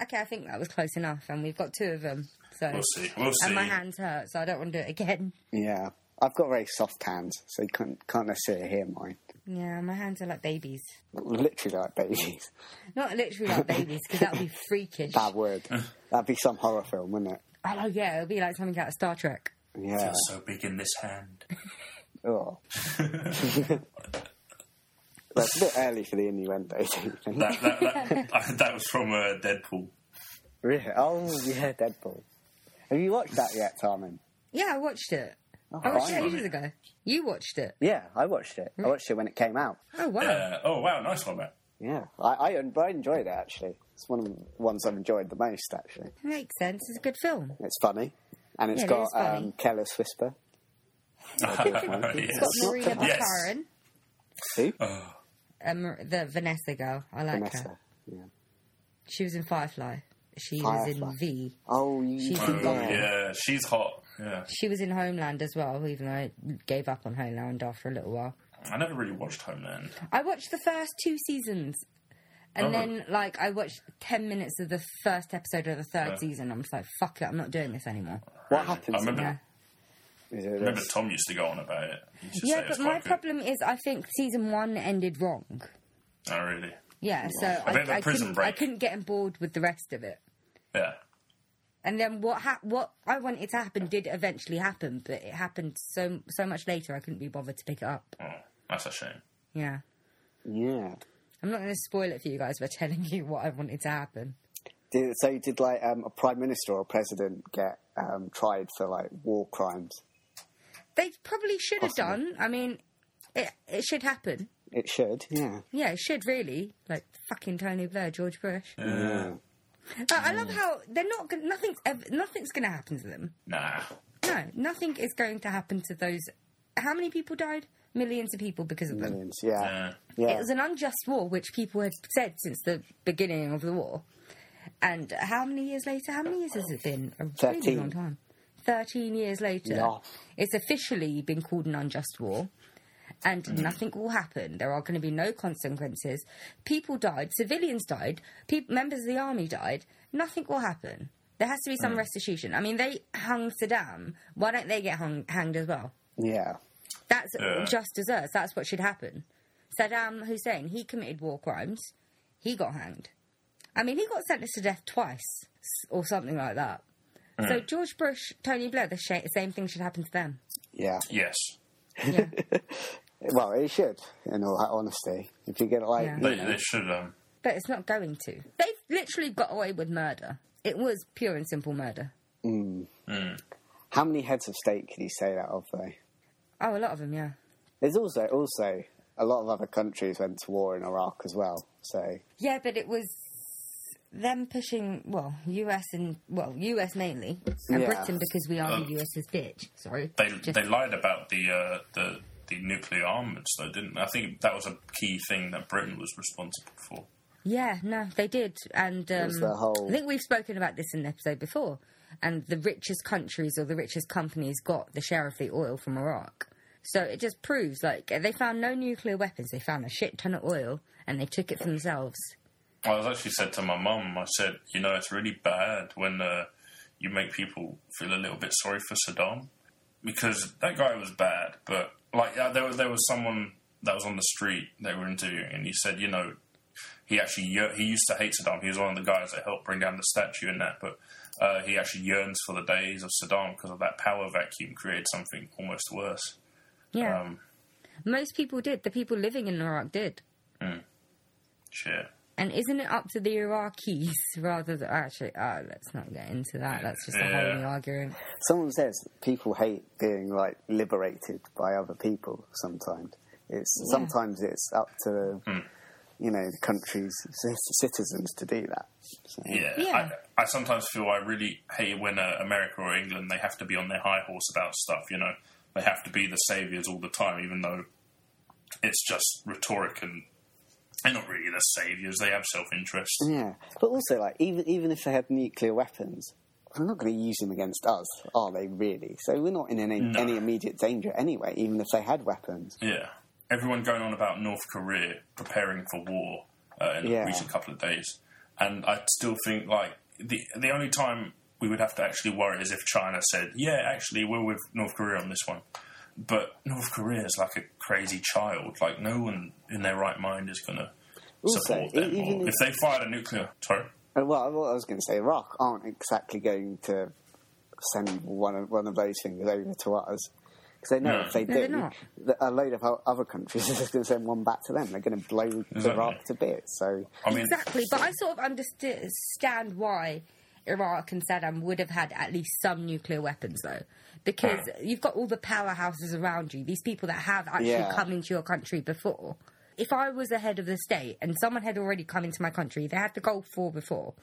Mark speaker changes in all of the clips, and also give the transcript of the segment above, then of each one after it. Speaker 1: Okay, I think that was close enough, and we've got two of them. So
Speaker 2: We'll see. We'll see.
Speaker 1: And my hands hurt, so I don't want to do it again.
Speaker 3: Yeah. I've got very soft hands, so you can't, can't necessarily hear mine.
Speaker 1: Yeah, my hands are like babies.
Speaker 3: Literally like babies.
Speaker 1: Not literally like babies, because that would be freakish.
Speaker 3: Bad word. That'd be some horror film, wouldn't it?
Speaker 1: Oh yeah, it'll be like something out of Star Trek.
Speaker 3: Yeah.
Speaker 2: Feels so big in this hand.
Speaker 3: Oh. well, it's a bit early for the innuendo, do you think?
Speaker 2: That that that, that was from uh, Deadpool.
Speaker 3: Really? Oh, yeah, Deadpool. Have you watched that yet, Simon?
Speaker 1: Yeah, I watched it.
Speaker 3: Oh,
Speaker 1: I watched it Hmm.
Speaker 3: finally.
Speaker 1: ages ago. You watched it.
Speaker 3: Yeah, I watched it. I watched it when it came out.
Speaker 1: Oh wow.
Speaker 2: Uh, oh wow, nice one, Matt.
Speaker 3: Yeah, I, I, en- I enjoyed it actually. It's one of the ones I've enjoyed the most actually.
Speaker 1: Makes sense. It's a good film.
Speaker 3: It's funny, and it's
Speaker 1: Yeah, it
Speaker 3: got
Speaker 1: is funny.
Speaker 3: um, Careless Whisper.
Speaker 2: Oh, yes.
Speaker 1: Got Maria
Speaker 3: Yes.
Speaker 1: Bakarin,
Speaker 3: Who?
Speaker 1: um, the Vanessa girl. I like her.
Speaker 3: Vanessa. Yeah.
Speaker 1: She was in Firefly. She was
Speaker 3: Firefly.
Speaker 1: in V.
Speaker 3: Oh, you.
Speaker 1: She's
Speaker 2: Oh,
Speaker 1: in
Speaker 3: yeah.
Speaker 1: Vine.
Speaker 2: yeah, she's hot. Yeah,
Speaker 1: She was in Homeland as well, even though I gave up on Homeland after a little while.
Speaker 2: I never really watched Homeland.
Speaker 1: I watched the first two seasons. And
Speaker 2: Oh.
Speaker 1: then, like, I watched 10 minutes of the first episode of the third season. I'm just like, fuck it, I'm not doing this anymore.
Speaker 3: What happens?
Speaker 2: I remember,
Speaker 3: in
Speaker 1: Yeah.
Speaker 3: that? Is it
Speaker 2: I remember
Speaker 3: this?
Speaker 2: Tom used to go on about it. He used to say
Speaker 1: Yeah,
Speaker 2: it was
Speaker 1: but my
Speaker 2: quite good.
Speaker 1: problem is I think season one ended wrong.
Speaker 2: Oh really?
Speaker 1: Yeah, so I,
Speaker 2: bit of a
Speaker 1: I,
Speaker 2: prison
Speaker 1: couldn't, I
Speaker 2: break.
Speaker 1: couldn't get on board with the rest of it.
Speaker 2: Yeah.
Speaker 1: And then what hap what I wanted to happen did eventually happen, but it happened so so much later I couldn't be bothered to pick it up.
Speaker 2: Oh, that's a shame.
Speaker 1: Yeah.
Speaker 3: yeah.
Speaker 1: I'm not going to spoil it for you guys by telling you what I wanted to happen.
Speaker 3: Did, so did like um, a prime minister or president get um, tried for like war crimes?
Speaker 1: They probably should have done. I mean, it it should happen.
Speaker 3: It should. Yeah.
Speaker 1: Yeah, it should really. Like fucking Tony Blair, George Bush.
Speaker 3: Yeah.
Speaker 1: I, I love how they're not. Gonna, nothing's ev- nothing's going to happen to them.
Speaker 2: Nah.
Speaker 1: No, nothing is going to happen to those. How many people died? Millions of people because of them.
Speaker 3: Millions. Yeah.
Speaker 2: Uh,
Speaker 3: Yeah.
Speaker 1: It was an unjust war, which people had said since the beginning of the war. And how many years later? How many years has it been? A really
Speaker 3: Thirteen.
Speaker 1: long time. Thirteen years later,
Speaker 3: Yeah.
Speaker 1: it's officially been called an unjust war, and
Speaker 3: Mm.
Speaker 1: nothing will happen. There are going to be no consequences. People died, civilians died, peop members of the army died. Nothing will happen. There has to be some
Speaker 3: Mm.
Speaker 1: restitution. I mean, they hung Saddam. Why don't they get hung, hanged as well?
Speaker 3: yeah.
Speaker 1: That's
Speaker 2: Yeah.
Speaker 1: just desserts. That's what should happen. Saddam Hussein, he committed war crimes. He got hanged. I mean, he got sentenced to death twice s- or something like that. So George Bush, Tony Blair, the sh- same thing should happen to them.
Speaker 3: Yeah.
Speaker 2: yes.
Speaker 1: Yeah.
Speaker 3: Well, it should. In all honesty, if you get like
Speaker 1: Yeah.
Speaker 2: They, they should. Um,
Speaker 1: but it's not going to. They've literally got away with murder. It was pure and simple murder.
Speaker 3: How many heads of state could you say that of, though?
Speaker 1: Oh, a lot of them, yeah.
Speaker 3: There's also also a lot of other countries went to war in Iraq as well. So
Speaker 1: Yeah, but it was them pushing, well, US and, well, US mainly, and
Speaker 3: Yeah.
Speaker 1: Britain because we are the US's bitch. Sorry.
Speaker 2: Uh, they
Speaker 1: Just-
Speaker 2: they lied about the uh, the the nuclear armaments though, didn't they? I think that was a key thing that Britain was responsible for.
Speaker 1: Yeah, no, they did, and um,
Speaker 3: was the whole-
Speaker 1: I think we've spoken about this in an episode before. And the richest countries or the richest companies got the share of the oil from Iraq. So it just proves like they found no nuclear weapons. They found a shit ton of oil, and they took it for themselves.
Speaker 2: I was actually said to my mum, I said, you know, it's really bad when uh, you make people feel a little bit sorry for Saddam because that guy was bad. But like, uh, there was there was someone that was on the street they were interviewing, and he said, you know, he actually year- he used to hate Saddam. He was one of the guys that helped bring down the statue and that, but. Uh, he actually yearns for the days of Saddam because of that power vacuum created something almost worse.
Speaker 1: Yeah,
Speaker 2: Um,
Speaker 1: most people did. The people living in Iraq did.
Speaker 2: shit.
Speaker 1: And isn't it up to the Iraqis rather than actually? Oh, let's not get into that. That's just a whole
Speaker 2: Yeah.
Speaker 1: new argument.
Speaker 3: someone says people hate being like liberated by other people. Sometimes it's sometimes it's up to you know the country's c- citizens to do that. So,
Speaker 2: Yeah,
Speaker 1: Yeah.
Speaker 2: I, I sometimes feel I really hate when uh, America or England they have to be on their high horse about stuff. You know, they have to be the saviors all the time, even though it's just rhetoric and they're not really the saviors. They have self interest.
Speaker 3: yeah. But also, like even even if they had nuclear weapons. They're not going to use them against us, are they? Really? So we're not in any, any immediate danger anyway. Even if they had weapons,
Speaker 2: Yeah, everyone going on about North Korea preparing for war uh, in
Speaker 3: Yeah.
Speaker 2: the recent couple of days. And I still think like the the only time we would have to actually worry is if China said, "Yeah, actually, we're with North Korea on this one." But North Korea is like a crazy child. Like no one in their right mind is going to
Speaker 3: Also,
Speaker 2: support
Speaker 3: e-
Speaker 2: them.
Speaker 3: even
Speaker 2: Or
Speaker 3: if-
Speaker 2: if they fired a nuclear, sorry.
Speaker 3: Uh, Well, what I was going to say, Iraq aren't exactly going to send one of, one of those things over to us. Because they know
Speaker 2: No.
Speaker 3: if they
Speaker 1: No, they're
Speaker 3: do,
Speaker 1: not.
Speaker 3: that a load of o- other countries are just going to send one back to them. They're going to blow Iraq to bits. So,
Speaker 2: I mean,
Speaker 1: Exactly, but I sort of understand why Iraq and Saddam would have had at least some nuclear weapons, though, because you've got all the powerhouses around you, these people that have actually
Speaker 3: Yeah.
Speaker 1: come into your country before. If I was the head of the state and someone had already come into my country, they had the Gulf War before,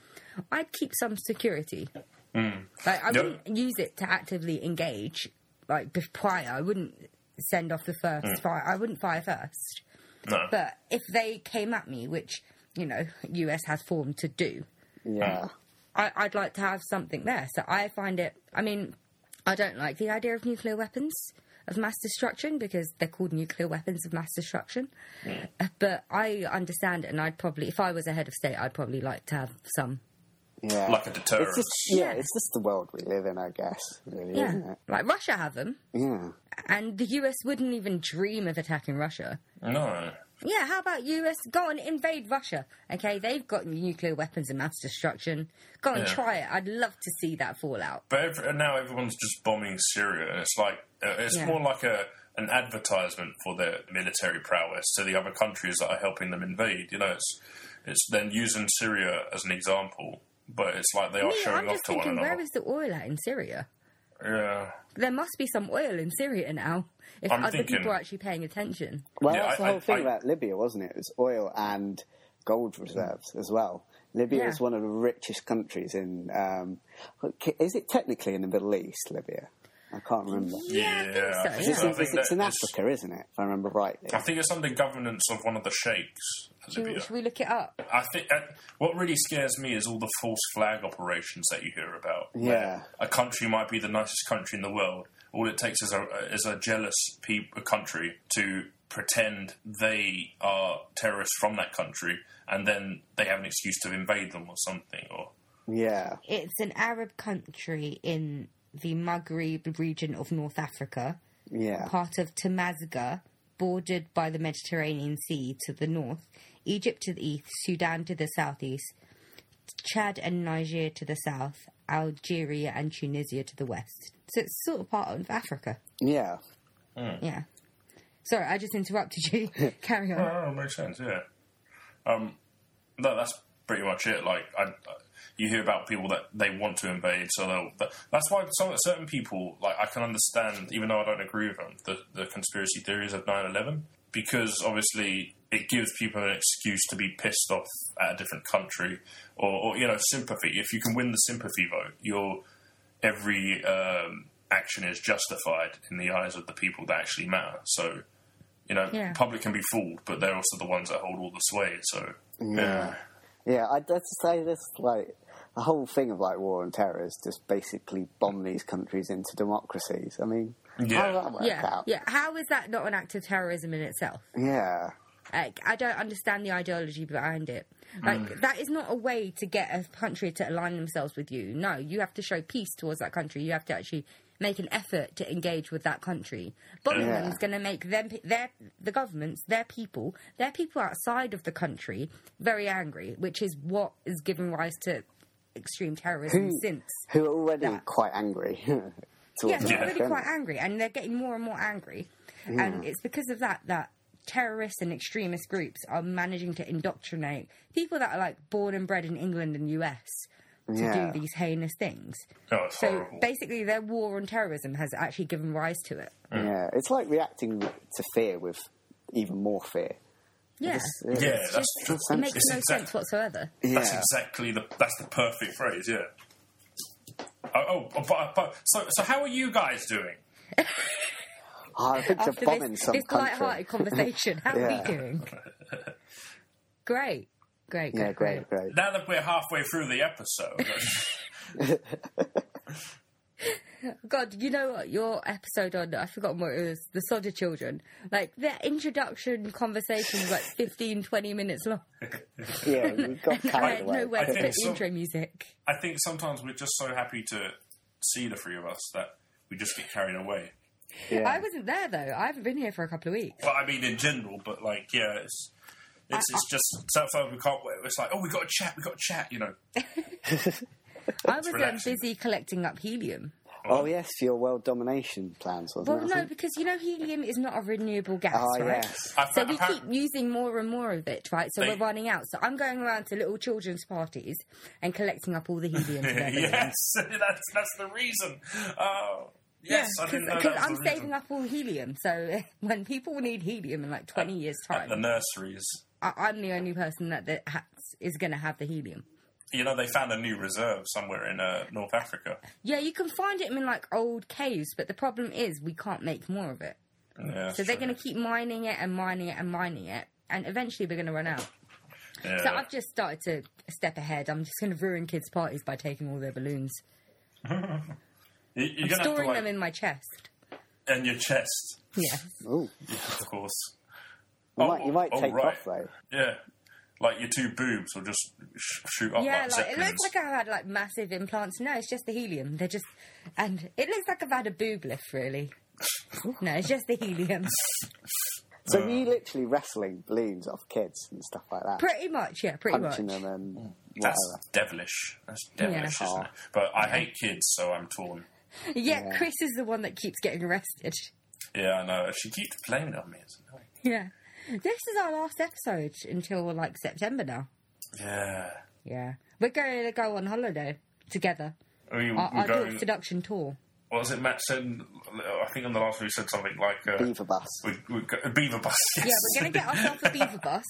Speaker 1: I'd keep some security.
Speaker 2: Mm.
Speaker 1: Like, I
Speaker 2: Yep.
Speaker 1: wouldn't use it to actively engage, like, bef- prior. I wouldn't send off the first
Speaker 2: Mm.
Speaker 1: fire. I wouldn't fire first.
Speaker 2: no.
Speaker 1: But if they came at me, which you know, US has formed to do,
Speaker 3: yeah.
Speaker 1: I, I'd like to have something there. So I find it. I mean, I don't like the idea of nuclear weapons of mass destruction because they're called nuclear weapons of mass destruction. Uh, But I understand it, and I'd probably, if I was a head of state, I'd probably like to have some.
Speaker 3: Yeah.
Speaker 2: Mm. Like a deterrent.
Speaker 3: It's just, yeah,
Speaker 1: Yeah.
Speaker 3: it's just the world we live in, I guess, really,
Speaker 1: Yeah,
Speaker 3: isn't it?
Speaker 1: like Russia have them,
Speaker 3: Yeah.
Speaker 1: and the US wouldn't even dream of attacking Russia.
Speaker 2: No.
Speaker 1: Yeah, how about US go and invade Russia? Okay, they've got nuclear weapons and mass destruction. Go and
Speaker 2: Yeah.
Speaker 1: try it. I'd love to see that fallout.
Speaker 2: But every, and now everyone's just bombing Syria, and it's like uh, it's
Speaker 1: Yeah.
Speaker 2: more like a an advertisement for their military prowess to the other countries that are helping them invade. You know, it's it's then using Syria as an example, but it's like they are
Speaker 1: Me,
Speaker 2: showing
Speaker 1: I'm
Speaker 2: off
Speaker 1: just
Speaker 2: to one
Speaker 1: thinking, where
Speaker 2: another.
Speaker 1: is the oil at in Syria?
Speaker 2: yeah,
Speaker 1: There must be some oil in Syria now if
Speaker 2: I'm
Speaker 1: other
Speaker 2: thinking-
Speaker 1: people are actually paying attention.
Speaker 3: Well,
Speaker 2: Yeah,
Speaker 3: that's
Speaker 2: I-
Speaker 3: the whole
Speaker 2: I-
Speaker 3: thing
Speaker 2: I-
Speaker 3: about Libya, wasn't it? It was oil and gold reserves as well. Libya
Speaker 1: Yeah.
Speaker 3: is one of the richest countries in. Um, is it technically in the Middle East, Libya? I can't remember.
Speaker 1: Yeah, I
Speaker 2: I
Speaker 1: think so, yeah.
Speaker 2: think
Speaker 3: It's,
Speaker 2: so. I
Speaker 3: in-
Speaker 2: think
Speaker 3: it's in
Speaker 2: that it's-
Speaker 3: Africa, isn't it? If I remember rightly.
Speaker 2: I think it's under governance of one of the sheikhs.
Speaker 1: Should we,
Speaker 2: Libya.
Speaker 1: should we look it up?
Speaker 2: I think uh, what really scares me is all the false flag operations that you hear about. where
Speaker 3: Yeah.
Speaker 2: a country might be the nicest country in the world. All it takes is a is a jealous peop a country to pretend they are terrorists from that country, and then they have an excuse to invade them or something. Or
Speaker 3: Yeah.
Speaker 1: It's an Arab country in the Maghreb region of North Africa,
Speaker 3: Yeah.
Speaker 1: part of Tamazga, bordered by the Mediterranean Sea to the north, Egypt to the east, Sudan to the southeast, Chad and Niger to the south, Algeria and Tunisia to the west. So it's sort of part of Africa.
Speaker 3: Yeah.
Speaker 1: Yeah. Sorry, I just interrupted you. Carry on.
Speaker 2: oh, it makes sense. Yeah. Um, no, that's pretty much it. Like I. You hear about people that they want to invade, so they'll. That, that's why some certain people, like I can understand, even though I don't agree with them, the, the conspiracy theories of 9-11, because obviously it gives people an excuse to be pissed off at a different country, or, or you know, sympathy. If you can win the sympathy vote, your every um, action is justified in the eyes of the people that actually matter. So, you know,
Speaker 1: Yeah.
Speaker 2: public can be fooled, but they're also the ones that hold all the sway. So, yeah.
Speaker 3: Yeah. I'd have to say this, like, the whole thing of, like, war and terror is just basically bomb these countries into democracies. I mean, how
Speaker 2: Yeah.
Speaker 3: does that work
Speaker 1: Yeah,
Speaker 3: out?
Speaker 1: yeah. How is that not an act of terrorism in itself?
Speaker 3: Yeah.
Speaker 1: Like, I don't understand the ideology behind it. Like,
Speaker 3: Mm.
Speaker 1: that is not a way to get a country to align themselves with you. No, you have to show peace towards that country. You have to actually make an effort to engage with that country. Bombing
Speaker 3: Yeah.
Speaker 1: them is going to make them, their, the governments, their people, their people outside of the country very angry, which is what has given rise to extreme terrorism
Speaker 3: Who-
Speaker 1: since.
Speaker 3: Who are already
Speaker 1: That.
Speaker 3: quite angry. towards
Speaker 1: Yeah, they're
Speaker 3: America,
Speaker 1: already
Speaker 3: aren't
Speaker 1: quite
Speaker 3: they?
Speaker 1: angry, and they're getting more and more angry. And it's because of that that terrorist and extremist groups are managing to indoctrinate people that are like born and bred in England and US to
Speaker 3: Yeah.
Speaker 1: do these heinous things.
Speaker 2: Oh, it's
Speaker 1: So
Speaker 2: horrible.
Speaker 1: basically, their war on terrorism has actually given rise to it.
Speaker 3: Yeah, it's like reacting to fear with even more fear.
Speaker 1: Yeah,
Speaker 3: It's-
Speaker 2: yeah,
Speaker 3: it's-
Speaker 2: that's
Speaker 1: it makes
Speaker 2: it's
Speaker 1: no
Speaker 2: exact-
Speaker 1: sense whatsoever.
Speaker 2: That's
Speaker 3: Yeah.
Speaker 2: exactly the that's the perfect phrase. Yeah. Oh, oh but, but so so how are you guys doing?
Speaker 3: I think they're
Speaker 1: After
Speaker 3: bombing
Speaker 1: this,
Speaker 3: some
Speaker 1: this
Speaker 3: country.
Speaker 1: light-hearted conversation, how are
Speaker 3: Yeah.
Speaker 1: we doing? Great, great, great,
Speaker 3: Yeah, great, great.
Speaker 2: Now that we're halfway through the episode,
Speaker 1: God, you know what? Your episode on, I forgot what it was, The Sodder Children. Like, their introduction conversation was like 15, 20 minutes long.
Speaker 3: Yeah, we got
Speaker 1: I
Speaker 3: carried
Speaker 1: had
Speaker 3: away.
Speaker 1: nowhere to
Speaker 2: I think
Speaker 1: put
Speaker 2: so.
Speaker 1: intro music.
Speaker 2: I think sometimes we're just so happy to see the three of us that we just get carried away.
Speaker 3: Yeah.
Speaker 1: I wasn't there, though. I haven't been here for a couple of weeks.
Speaker 2: But I mean, in general, but like, yeah, it's it's, it's just sometimes we can't. wait. It's like, oh, we got to chat, we got to chat, you know.
Speaker 1: I was um,
Speaker 2: relaxing.
Speaker 1: busy collecting up helium.
Speaker 3: oh yes, your world domination plans wasn't
Speaker 1: Well,
Speaker 3: it? I
Speaker 1: no,
Speaker 3: think?
Speaker 1: because you know helium is not a renewable gas,
Speaker 3: Ah,
Speaker 1: right?
Speaker 3: yes.
Speaker 2: I
Speaker 1: So
Speaker 2: fa-
Speaker 1: we
Speaker 2: appa-
Speaker 1: keep using more and more of it, right? So
Speaker 2: They-
Speaker 1: we're running out. So I'm going around to little children's parties and collecting up all the helium. to their balloons.
Speaker 2: yes, that's that's the reason. Oh, yes, I didn't know
Speaker 1: because
Speaker 2: that was
Speaker 1: uh, I'm
Speaker 2: the
Speaker 1: saving
Speaker 2: reason.
Speaker 1: up all helium. So when people need helium in like 20 years'
Speaker 2: At the
Speaker 1: time,
Speaker 2: nurseries,
Speaker 1: I- I'm the only person that, that ha- is going to have the helium.
Speaker 2: you know, they found a new reserve somewhere in uh, North Africa.
Speaker 1: Yeah, you can find it in like old caves, but the problem is we can't make more of it.
Speaker 2: Yeah,
Speaker 1: So they're going to keep mining it and mining it and mining it, and eventually we're going to run out.
Speaker 2: Uh,
Speaker 1: So I've just started to step ahead. I'm just going to ruin kids' parties by taking all their balloons,
Speaker 2: You- You're gonna have to,
Speaker 1: storing
Speaker 2: like,
Speaker 1: them in my chest.
Speaker 2: in your chest,
Speaker 1: Yeah.
Speaker 3: Ooh,
Speaker 2: of course.
Speaker 3: you might, you might
Speaker 2: oh,
Speaker 3: take
Speaker 2: right.
Speaker 3: off though.
Speaker 2: Yeah, like your two boobs will just sh- shoot up
Speaker 1: Yeah,
Speaker 2: like,
Speaker 1: like it
Speaker 2: zeppelins.
Speaker 1: looks like I've had like massive implants. No, it's just the helium. They're just, and it looks like I've had a boob lift, really. No, it's just the helium.
Speaker 3: So
Speaker 2: Uh.
Speaker 3: were you literally wrestling balloons off kids and stuff like that,
Speaker 1: pretty much, yeah, pretty
Speaker 3: punching
Speaker 1: much.
Speaker 3: them and whatever.
Speaker 2: Mm. That's devilish. That's devilish,
Speaker 1: Yeah.
Speaker 2: isn't it? But I hate kids, so I'm torn.
Speaker 1: Yeah,
Speaker 3: Yeah.
Speaker 1: Chris is the one that keeps getting arrested.
Speaker 2: Yeah, I know. She keeps blaming it on me. It's annoying.
Speaker 1: Yeah. This is our last episode until like September now.
Speaker 2: Yeah.
Speaker 1: Yeah. We're going to go on holiday together.
Speaker 2: I mean,
Speaker 1: Our,
Speaker 2: we're
Speaker 1: our little
Speaker 2: going.
Speaker 1: seduction tour.
Speaker 2: What was it, Matt said? I think on the last one, he said something like. Uh,
Speaker 3: Beaver bus.
Speaker 2: We, we go, beaver bus. Yes.
Speaker 1: Yeah, we're going to get ourselves a beaver bus.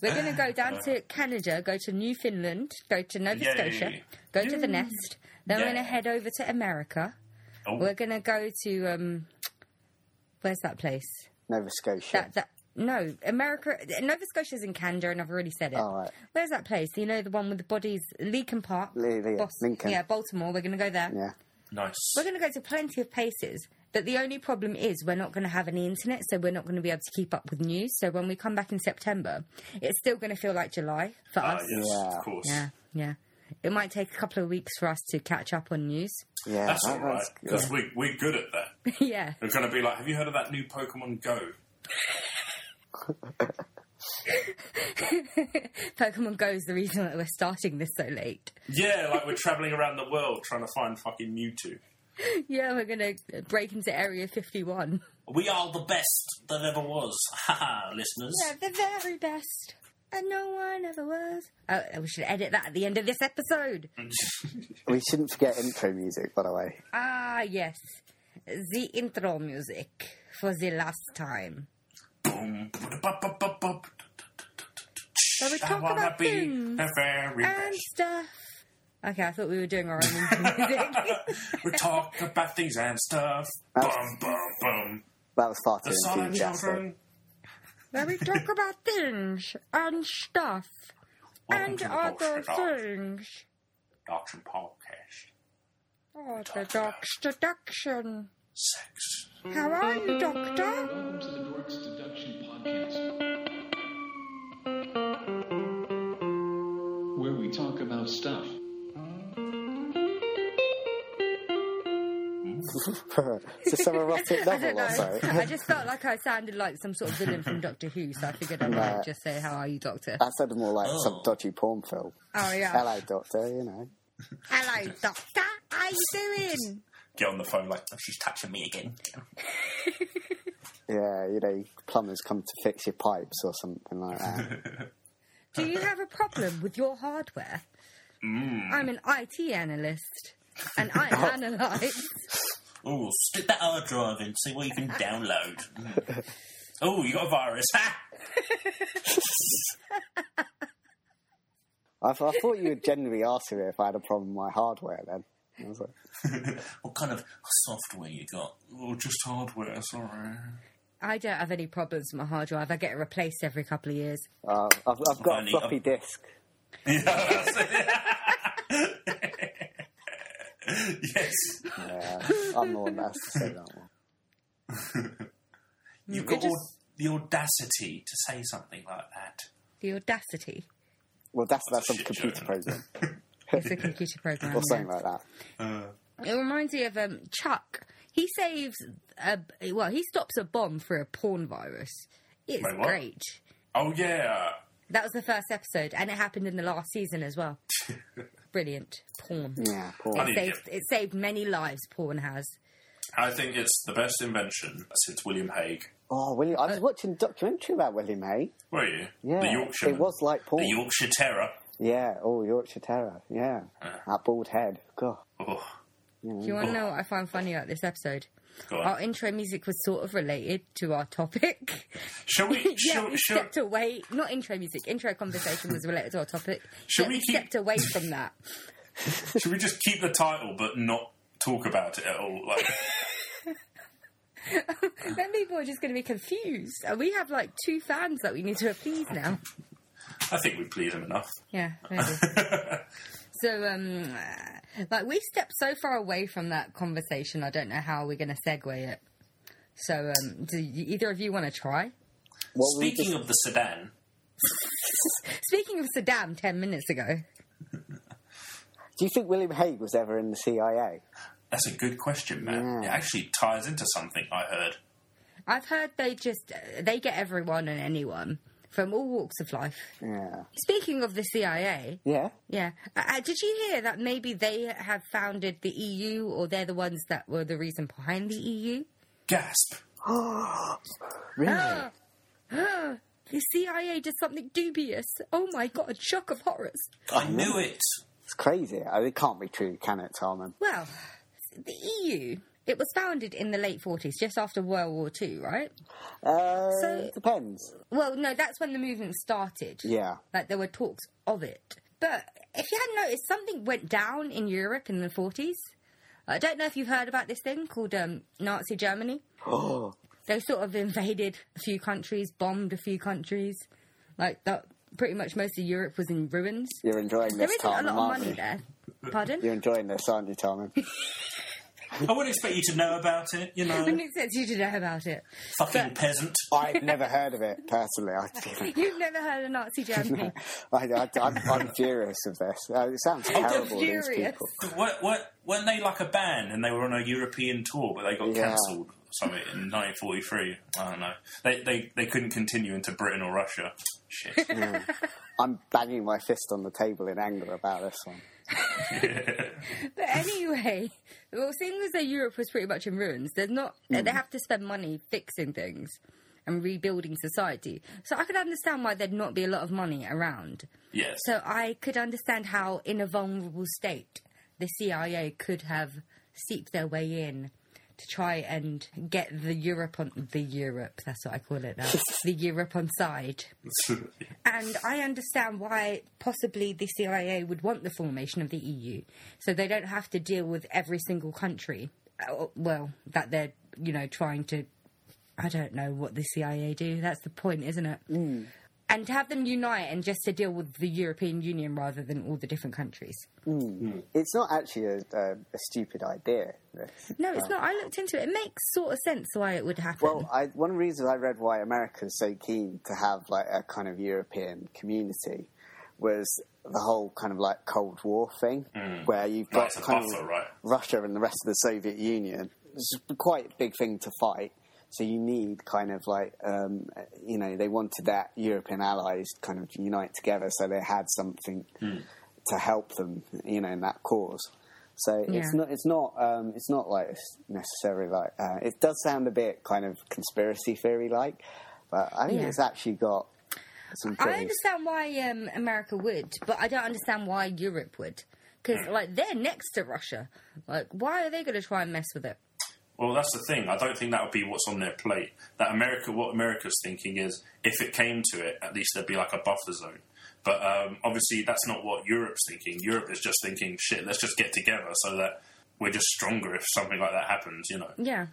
Speaker 1: We're going to go down to Canada, go to New Finland, go to Nova
Speaker 2: Yay.
Speaker 1: Scotia, go to the Nest. Then we're
Speaker 2: Yeah.
Speaker 1: going to head over to America.
Speaker 2: Oh.
Speaker 1: We're going to go to um, where's that place?
Speaker 3: Nova Scotia.
Speaker 1: That that no, America. Nova Scotia's in Canada, and I've already said it.
Speaker 3: Oh, right.
Speaker 1: Where's that place? You know the one with the bodies, Lincoln Park,
Speaker 3: Li- Li-
Speaker 1: Bos-
Speaker 3: Lincoln.
Speaker 1: Yeah, Baltimore. We're going to go there.
Speaker 3: yeah.
Speaker 2: nice.
Speaker 1: We're going to go to plenty of places, but the only problem is we're not going to have any internet, so we're not going to be able to keep up with news. So when we come back in September, it's still going to feel like July for
Speaker 2: Ah,
Speaker 1: us.
Speaker 2: yes,
Speaker 3: Yeah.
Speaker 2: of course.
Speaker 1: Yeah, yeah. It might take a couple of weeks for us to catch up on news.
Speaker 3: Yeah,
Speaker 2: That's
Speaker 3: that-
Speaker 2: all right because we we're good at that.
Speaker 1: yeah.
Speaker 2: We're going to be like, have you heard of that new Pokemon Go?
Speaker 1: Pokemon Go is the reason that we're starting this so late.
Speaker 2: Yeah, like we're traveling around the world trying to find fucking Mewtwo.
Speaker 1: Yeah, we're going to break into Area 51.
Speaker 2: We are the best that ever was, haha, listeners.
Speaker 1: Yeah, the very best. And no one ever was. Oh, we should edit that at the end of this episode.
Speaker 3: We shouldn't forget intro music, by the way.
Speaker 1: Ah, yes. The intro music for the last time.
Speaker 2: Boom. But
Speaker 1: But we talk about things
Speaker 2: the very
Speaker 1: And
Speaker 2: best.
Speaker 1: stuff. Okay, I thought we were doing our own intro music.
Speaker 2: we talk about things and stuff. Boom, boom, boom.
Speaker 3: That was far too
Speaker 2: The Sonic
Speaker 3: enthusiastic.
Speaker 2: Children.
Speaker 1: Where we talk about things and stuff
Speaker 2: Welcome
Speaker 1: and
Speaker 2: to the
Speaker 1: other
Speaker 2: Bullshit Dog-
Speaker 1: things.
Speaker 2: Doctrine Podcast.
Speaker 1: Oh, Orthodox deduction.
Speaker 2: Sex.
Speaker 1: How are you, Doctor?
Speaker 4: Welcome to the Dorks Deduction Podcast, where we talk about stuff.
Speaker 3: it's just some erotic
Speaker 1: I don't
Speaker 3: novel or
Speaker 1: know.
Speaker 3: something.
Speaker 1: I just felt like I sounded like some sort of villain from Doctor Who, so I figured I
Speaker 3: Right.
Speaker 1: might just say, How are you, Doctor?
Speaker 2: Uh,
Speaker 3: That sounded more like some dodgy porn film.
Speaker 1: Oh, yeah.
Speaker 3: Hello, Doctor, you know.
Speaker 1: Hello, Doctor. How you doing?
Speaker 2: Get on the phone like, "Oh, she's touching me again.
Speaker 3: Yeah, you know, plumbers come to fix your pipes or something like that.
Speaker 1: Do you have a problem with your hardware?
Speaker 2: Mm.
Speaker 1: I'm an IT analyst, and I analyze.
Speaker 2: Oh, stick that hard drive in, see what you can download. oh, you got a virus. Ha!
Speaker 3: I, th- I thought you would generally ask me if I had a problem with my hardware then. I was like,
Speaker 2: what kind of software you got? Oh, just hardware, sorry.
Speaker 1: I don't have any problems with my hard drive. I get it replaced every couple of years.
Speaker 3: uh, I've, I've got a
Speaker 2: Funny,
Speaker 3: floppy
Speaker 2: I've-
Speaker 3: disk.
Speaker 2: yes.
Speaker 3: Yeah, I'm the one that has to say that one.
Speaker 2: You've
Speaker 1: It
Speaker 2: got
Speaker 1: just-
Speaker 2: au- the audacity to say something like that.
Speaker 1: The audacity.
Speaker 3: Well, that's that's some
Speaker 2: Shit
Speaker 3: computer
Speaker 2: joke.
Speaker 3: program
Speaker 1: It's a computer program.
Speaker 3: or something like that.
Speaker 1: It reminds me of um, Chuck. He saves a well. He stops a bomb for a porn virus. It's
Speaker 2: Wait, what?
Speaker 1: great.
Speaker 2: Oh yeah,
Speaker 1: That was the first episode, and it happened in the last season as well. Brilliant porn.
Speaker 3: Yeah, poor.
Speaker 2: Funny.
Speaker 1: It saved, it saved many lives. Porn has.
Speaker 2: I think it's the best invention since William Hague.
Speaker 3: Oh, William, I was watching a documentary about William Hay.
Speaker 2: Were you?
Speaker 3: Yeah,
Speaker 2: the Yorkshire.
Speaker 3: it was like porn.
Speaker 2: the Yorkshire Terror.
Speaker 3: Yeah, oh Yorkshire Terror. Yeah,
Speaker 1: Ah.
Speaker 3: that bald head. God,
Speaker 2: Oh,
Speaker 1: Do you want to know what I find funny about this episode?
Speaker 2: go on.
Speaker 3: Uh,
Speaker 1: Our intro music was sort of related to our topic.
Speaker 2: shall we?
Speaker 1: yeah,
Speaker 2: shall,
Speaker 1: we
Speaker 2: shall,
Speaker 1: stepped away. Not intro music. Intro conversation was related to our topic.
Speaker 2: Shall
Speaker 1: Yet
Speaker 2: we keep-
Speaker 1: stepped away from that?
Speaker 2: shall we just keep the title but not talk about it at all? Like,
Speaker 1: then people are just going to be confused. And we have like two fans that we need to appease now.
Speaker 2: I think we please him enough.
Speaker 1: Yeah, maybe. so, um, like, we stepped so far away from that conversation, I don't know how we're going to segue it. So, um, do you, either of you want to try?
Speaker 3: what we
Speaker 2: Speaking of the sedan,
Speaker 1: Speaking of Saddam 10 minutes ago,
Speaker 3: Do you think William Hague was ever in the CIA?
Speaker 2: that's a good question, man.
Speaker 3: Yeah.
Speaker 2: It actually ties into something I heard.
Speaker 1: I've heard they just, uh, they get everyone and anyone from all walks of life.
Speaker 3: Yeah.
Speaker 1: Speaking of the CIA,
Speaker 3: Yeah.
Speaker 1: Yeah. Uh, uh, did you hear that maybe they have founded the EU or they're the ones that were the reason behind the E EU?
Speaker 2: Gasp!
Speaker 3: Really?
Speaker 1: Ah. Ah. the CIA did something dubious. Oh my god, shock of horrors.
Speaker 2: I knew it.
Speaker 3: It's crazy. I mean, it can't be true, can it, Tom?
Speaker 1: Well, the EU, it was founded in the late 40s, just after World War II, right?
Speaker 3: Uh,
Speaker 1: So-
Speaker 3: depends.
Speaker 1: Well, no, that's when the movement started.
Speaker 3: Yeah.
Speaker 1: Like there were talks of it. But if you hadn't noticed, something went down in Europe in the 40s. I don't know if you've heard about this thing called um, Nazi Germany.
Speaker 3: Oh,
Speaker 1: they sort of invaded a few countries, bombed a few countries. Like that, pretty much most of Europe was in ruins.
Speaker 3: you're enjoying
Speaker 1: There
Speaker 3: this,
Speaker 1: isn't a
Speaker 3: Tom,
Speaker 1: lot of
Speaker 3: aren't
Speaker 1: money
Speaker 3: you?
Speaker 1: there. Pardon?
Speaker 3: You're enjoying this, aren't you, Tom?
Speaker 2: I wouldn't expect you to know about it. You
Speaker 1: I wouldn't
Speaker 2: know,
Speaker 1: expect you to know about it.
Speaker 2: fucking peasant.
Speaker 3: I've never heard of it personally. I,
Speaker 1: You've never heard of Nazi Germany.
Speaker 3: I, I, I'm, I'm furious of this. Uh, it sounds terrible. These
Speaker 1: furious.
Speaker 3: people.
Speaker 2: What, what, weren't they like a band and they were on a European tour, but they got
Speaker 3: Yeah.
Speaker 2: cancelled or something in 1943? I don't know. They, they, they couldn't continue into Britain or Russia. Shit.
Speaker 3: I'm banging my fist on the table in anger about this one.
Speaker 1: But anyway, well, seeing as though Europe was pretty much in ruins, there's not. They have to spend money fixing things and rebuilding society. So I could understand why there'd not be a lot of money around.
Speaker 2: yes.
Speaker 1: So I could understand how, in a vulnerable state, the CIA could have seeped their way in to try and get the Europe on the Europe. That's what I call it now. the Europe on side. And I understand why possibly the CIA would want the formation of the EU, so they don't have to deal with every single country. uh, Well, that they're you know trying to. I don't know what the CIA do. That's the point, isn't it? and to have them unite and just to deal with the European Union rather than all the different countries.
Speaker 3: It's not actually a, a, a stupid idea. This.
Speaker 1: No, it's not. I looked into it. It makes sort of sense why it would happen.
Speaker 3: Well, I, one of the reasons I read why America's so keen to have like a kind of European community was the whole kind of like Cold War thing, where you've got
Speaker 2: Hmm. That's a
Speaker 3: kind
Speaker 2: buffer,
Speaker 3: of
Speaker 2: right?
Speaker 3: Russia and the rest of the Soviet Union. It's quite a big thing to fight. So you need kind of like um, you know they wanted that European allies to kind of unite together, so they had something
Speaker 2: Hmm.
Speaker 3: to help them, you know, in that cause. So
Speaker 1: Yeah.
Speaker 3: it's not it's not um, it's not like it's necessarily like uh, it does sound a bit kind of conspiracy theory like, but I think
Speaker 1: Yeah.
Speaker 3: it's actually got some
Speaker 1: I
Speaker 3: pretty
Speaker 1: understand why um, America would, but I don't understand why Europe would. Because, like, they're next to Russia. Like, why are they going to try and mess with it?
Speaker 2: Well, that's the thing. I don't think that would be what's on their plate. That America, what America's thinking is, if it came to it, at least there'd be like a buffer zone. But um, obviously, that's not what Europe's thinking. Europe is just thinking, shit, let's just get together so that we're just stronger if something like that happens, you know.
Speaker 1: Yeah.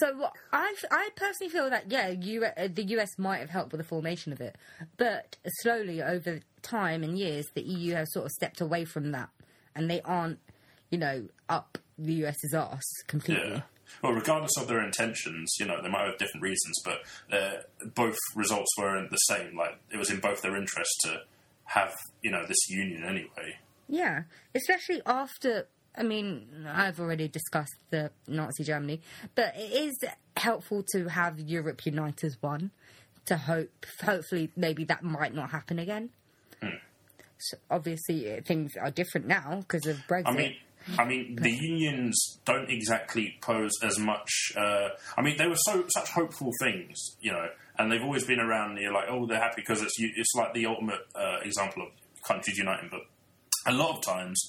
Speaker 1: So what- I, I personally feel that yeah, U- uh, the US might have helped with the formation of it, but slowly over E time and years, the EU has sort of stepped away from that, and they aren't, you know, up the US's arse completely.
Speaker 2: Yeah. Well, regardless of their intentions, you know, they might have different reasons, but uh, both results were the same. Like, it was in both their interest to have, you know, this union anyway.
Speaker 1: Yeah, especially after. I mean, I've already discussed the Nazi Germany, but it is helpful to have Europe unite as one. To hope, hopefully, maybe that might not happen again.
Speaker 2: Hmm.
Speaker 1: So obviously, uh, things are different now because of Brexit.
Speaker 2: I mean, I mean, the unions don't exactly pose as much. Uh, I mean, they were so such hopeful things, you know, and they've always been around. You're like, oh, they're happy because it's u- it's like the ultimate uh, example of countries uniting. But a lot of times,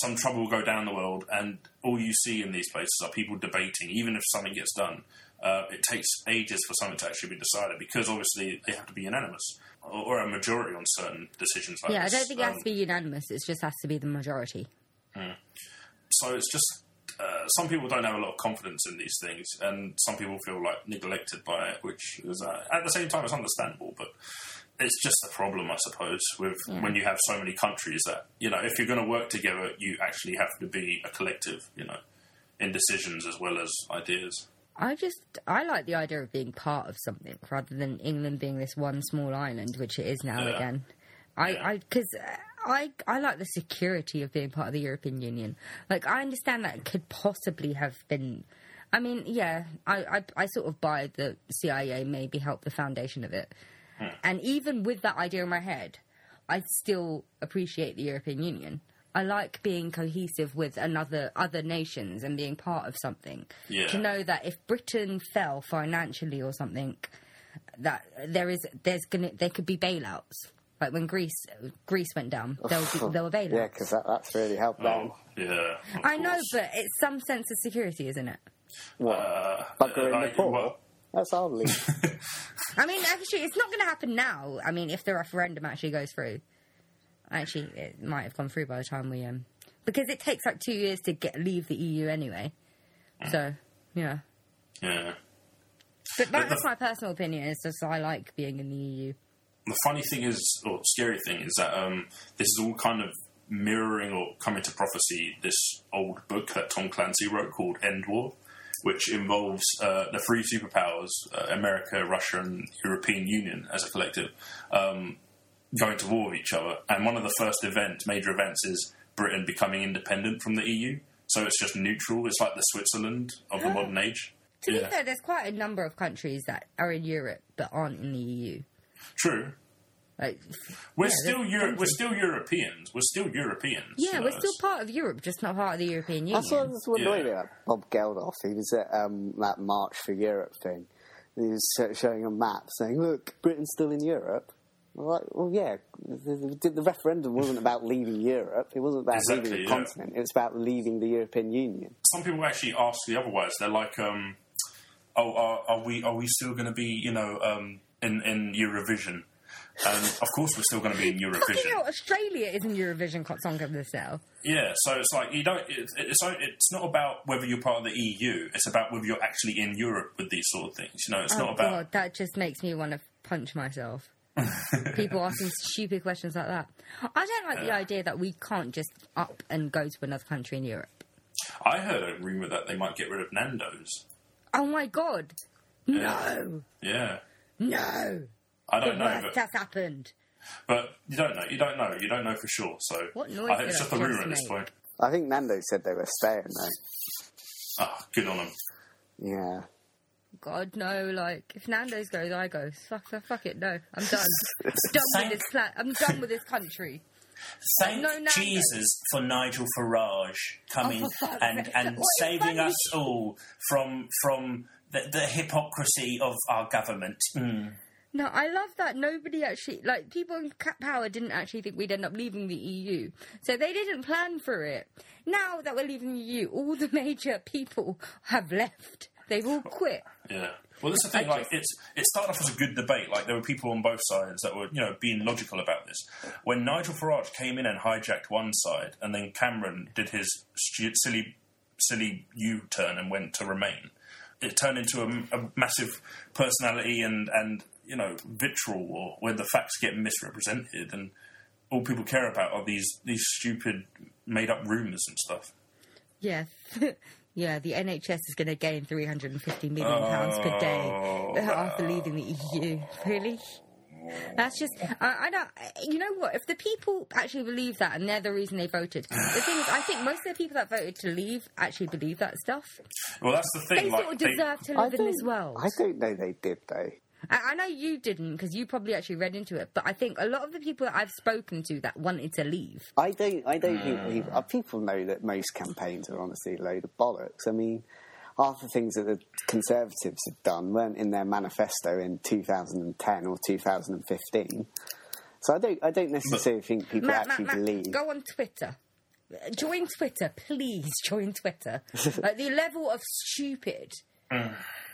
Speaker 2: some trouble will go down the world, and all you see in these places are people debating. Even if something gets done, uh, it takes ages for something to actually be decided because obviously they have to be unanimous or, or a majority on certain decisions. Like
Speaker 1: yeah, I
Speaker 2: this.
Speaker 1: don't think it has
Speaker 2: Um,
Speaker 1: to be unanimous. It just has to be the majority.
Speaker 2: so it's just uh, some people don't have a lot of confidence in these things, and some people feel like neglected by it, which is uh, at the same time it's understandable, but it's just a problem, I suppose, with when you have so many countries that you know if you're going to work together, you actually have to be a collective, you know, in decisions as well as ideas.
Speaker 1: I just I like the idea of being part of something rather than England being this one small island, which it is now
Speaker 2: Yeah.
Speaker 1: again. I I because I I like the security of being part of the European Union. Like I understand that it could possibly have been. I mean, yeah, I, I, I sort of buy the CIA maybe helped the foundation of it, and even with that idea in my head, I still appreciate the European Union. I like being cohesive with another other nations and being part of something.
Speaker 2: Yeah.
Speaker 1: To know that if Britain fell financially or something, that there is there's gonna there could be bailouts. Like when Greece Greece went down, there were there were bailouts.
Speaker 3: Yeah, because that, that's really helped them.
Speaker 2: Oh, Yeah, of
Speaker 1: I know,
Speaker 2: course.
Speaker 1: but it's some sense of security, isn't it?
Speaker 3: What?
Speaker 2: Uh,
Speaker 3: Bugger in the
Speaker 2: like,
Speaker 3: pool?
Speaker 2: well,
Speaker 3: That's our lead.
Speaker 1: I mean, actually, it's not going to happen now. I mean, if the referendum actually goes through, actually, it might have gone through by the time we um, because it takes like two years to get leave the EU anyway. So yeah,
Speaker 2: yeah.
Speaker 1: but that,
Speaker 2: the-
Speaker 1: that's my personal opinion. It's just I like being in the E EU.
Speaker 2: the funny thing is, or scary thing is that um, this is all kind of mirroring or coming to prophecy this old book that Tom Clancy wrote called End War, which involves uh, the three superpowers, uh, America, Russia, and European Union as a collective, um, going to war with each other. And one of the first events, major events, is Britain becoming independent from the EU. So it's just neutral. It's like the Switzerland of the modern age.
Speaker 1: Ah. To be
Speaker 2: Yeah.
Speaker 1: fair, there's quite a number of countries that are in Europe but aren't in the EU.
Speaker 2: True.
Speaker 1: Like,
Speaker 2: We're
Speaker 1: Yeah,
Speaker 2: still
Speaker 1: that's
Speaker 2: Euro- we're still Europeans. We're still Europeans.
Speaker 1: yeah,
Speaker 2: you
Speaker 1: we're
Speaker 2: know,
Speaker 1: still
Speaker 2: it's-
Speaker 1: part of Europe, just not part of the European Union.
Speaker 3: That's what I was wondering
Speaker 2: Yeah.
Speaker 3: about Bob Geldof. He was at um, that March for Europe thing. And he was sho- showing a map saying, look, Britain's still in Europe. I'm Like, well, yeah, the, the, the referendum wasn't about leaving Europe. It wasn't about
Speaker 2: Exactly,
Speaker 3: leaving the
Speaker 2: yeah.
Speaker 3: continent. It was about leaving the European Union.
Speaker 2: some people actually ask the otherwise. They're like, um, "Oh, are, are we are we still going to be you know um, in in Eurovision?" And of course, we're still going to be in
Speaker 1: Fucking hell,
Speaker 2: Eurovision.
Speaker 1: Australia is in Eurovision co- Song Contest now.
Speaker 2: Yeah, so it's like you don't. It, it's not- it's not about whether you're part of the EU. It's about whether you're actually in Europe with these sort of things. You know, it's
Speaker 1: Oh
Speaker 2: not about.
Speaker 1: god, that just makes me want to punch myself. People asking stupid questions like that. I don't like the idea that we can't just up and go to another country in Europe.
Speaker 2: I heard a rumor that they might get rid of Nando's.
Speaker 1: Oh my god, no,
Speaker 2: Yeah,
Speaker 1: Hmm. no,
Speaker 2: I
Speaker 1: the
Speaker 2: don't know,
Speaker 1: worst
Speaker 2: but,
Speaker 1: that's happened.
Speaker 2: but you don't know. You don't know. You don't know for sure. So
Speaker 1: What noise
Speaker 2: I,
Speaker 1: did
Speaker 2: it's
Speaker 1: I
Speaker 2: just a rumor
Speaker 1: just
Speaker 2: at this
Speaker 1: make?
Speaker 2: point.
Speaker 3: I think Nando said they were staying, though.
Speaker 2: Ah, good on them.
Speaker 3: Yeah.
Speaker 1: God no, like if Nando's goes, I go. Fuck, fuck, fuck it, no, I'm done. I'm done with
Speaker 2: Thank-
Speaker 1: this pla- I'm done with this country.
Speaker 5: Thank
Speaker 1: No, no,
Speaker 5: Jesus for Nigel Farage coming
Speaker 1: Oh, for fuck's
Speaker 5: and,
Speaker 1: sake.
Speaker 5: and
Speaker 1: What is
Speaker 5: saving
Speaker 1: that?
Speaker 5: us all from from the, the hypocrisy of our government. Mm.
Speaker 1: No, I love that nobody actually like people in ca- power didn't actually think we'd end up leaving the EU, so they didn't plan for it. Now that we're leaving the EU, all the major people have left. They've all quit.
Speaker 2: Yeah. Well, that's the thing. Like, it's it started off as a good debate. Like, there were people on both sides that were, you know, being logical about this. When Nigel Farage came in and hijacked one side, and then Cameron did his stu- silly, silly U-turn and went to Remain, it turned into a, a massive personality and and you know vitriol war where the facts get misrepresented and all people care about are these these stupid made up rumors and stuff.
Speaker 1: Yeah. yeah, the NHS is going to gain 350 million pounds per day after leaving the EU. Really? That's just I, I don't. You know what? If the people actually believe that, and they're the reason they voted, the thing is, I think most of the people that voted to leave actually believe that stuff.
Speaker 2: Well, that's the
Speaker 1: They
Speaker 2: thing.
Speaker 1: sort
Speaker 2: Like,
Speaker 1: of
Speaker 2: they,
Speaker 1: deserve to
Speaker 3: I
Speaker 1: live in this
Speaker 3: don't-
Speaker 1: world.
Speaker 3: I don't know they did though.
Speaker 1: I, I know you didn't because you probably actually read into it, but I think a lot of the people that I've spoken to that wanted to leave.
Speaker 3: I don't. I don't think
Speaker 2: Hmm.
Speaker 3: people, uh, people know that most campaigns are honestly a load of bollocks. I mean, half the things that the Conservatives have done weren't in their manifesto in 2010 or 2015. So I don't. I don't necessarily think people
Speaker 1: Matt, Matt,
Speaker 3: actually
Speaker 1: Matt,
Speaker 3: believe.
Speaker 1: go on Twitter. Uh, Join Twitter, please join Twitter. like the level of stupid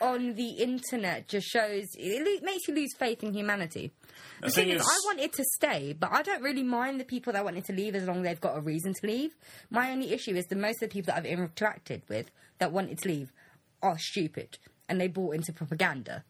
Speaker 1: on the internet just shows it lo- makes you lose faith in humanity. The,
Speaker 2: thing
Speaker 1: thing, is,
Speaker 2: is-
Speaker 1: I wanted to stay, but I don't really mind the people that wanted to leave as long as they've got a reason to leave. My only issue is that most of the people that I've interacted with that wanted to leave are stupid and they bought into propaganda.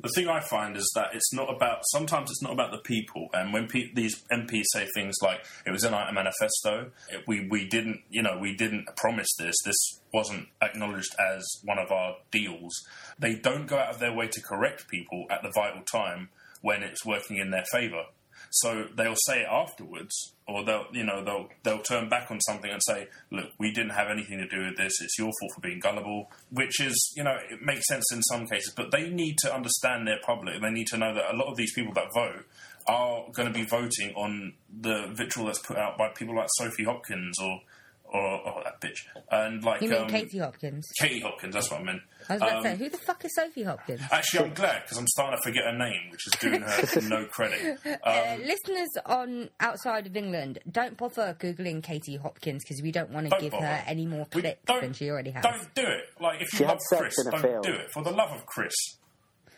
Speaker 2: the thing I find is that it's not about. Sometimes it's not about the people. And when pe- these MPs say things like, "It was in our manifesto. It, we we didn't. You know, we didn't promise this. This wasn't acknowledged as one of our deals." They don't go out of their way to correct people at the vital time when it's working in their favour. So they'll say it afterwards, or they'll you know they'll they'll turn back on something and say, "Look, we didn't have anything to do with this. It's your fault for being gullible." Which is you know it makes sense in some cases, but they need to understand their public. They need to know that a lot of these people that vote are going to be voting on the vitriol that's put out by people like Sophie Hopkins or or oh, that bitch and like
Speaker 1: You mean
Speaker 2: um,
Speaker 1: Katie Hopkins?
Speaker 2: Katie Hopkins. That's what I meant.
Speaker 1: I was about
Speaker 2: Um,
Speaker 1: to say, who the fuck is Sophie Hopkins?
Speaker 2: Actually, I'm glad because I'm starting to forget her name, which is doing her no credit. Um,
Speaker 1: Uh, listeners on outside of England, don't bother googling Katie Hopkins because we don't want to
Speaker 2: Don't
Speaker 1: give
Speaker 2: bother.
Speaker 1: her any more
Speaker 2: We
Speaker 1: clicks
Speaker 2: don't-
Speaker 1: than she already has.
Speaker 2: Don't do it. Like if you
Speaker 3: She had
Speaker 2: love
Speaker 3: sex
Speaker 2: Chris,
Speaker 3: in a
Speaker 2: don't
Speaker 3: field.
Speaker 2: do it. For the love of Chris.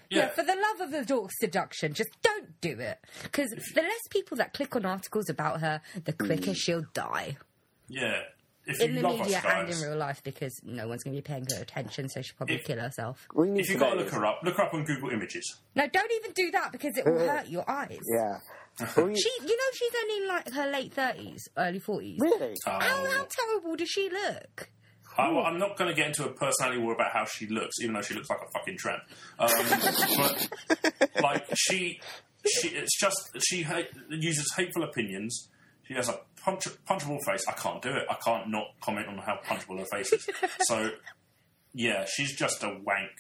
Speaker 1: Yeah. for the love of the dog seduction, just don't do it because the less people that click on articles about her, the quicker she'll die
Speaker 2: yeah. If
Speaker 1: in
Speaker 2: you
Speaker 1: the
Speaker 2: Mm. love
Speaker 1: media
Speaker 2: us,
Speaker 1: and
Speaker 2: guys,
Speaker 1: in real life because no one's going to be paying her attention, so she'll probably
Speaker 2: If-
Speaker 1: kill herself.
Speaker 3: We need
Speaker 2: if you
Speaker 3: to
Speaker 2: got to
Speaker 3: know-
Speaker 2: look her up, look her up on Google Images.
Speaker 1: No, don't even do that because it will hurt your eyes.
Speaker 3: Yeah. We-
Speaker 1: She, you know, she's only in like her late thirties, early forties.
Speaker 3: really?
Speaker 1: How, how
Speaker 2: Oh.
Speaker 1: terrible does she look?
Speaker 2: I, am not going to get into a personality war about how she looks, even though she looks like a fucking tramp. Um, but like she, she, it's just she ha- uses hateful opinions. She has a punch, punchable face. I can't do it. I can't not comment on how punchable her face is. So yeah, she's just a wank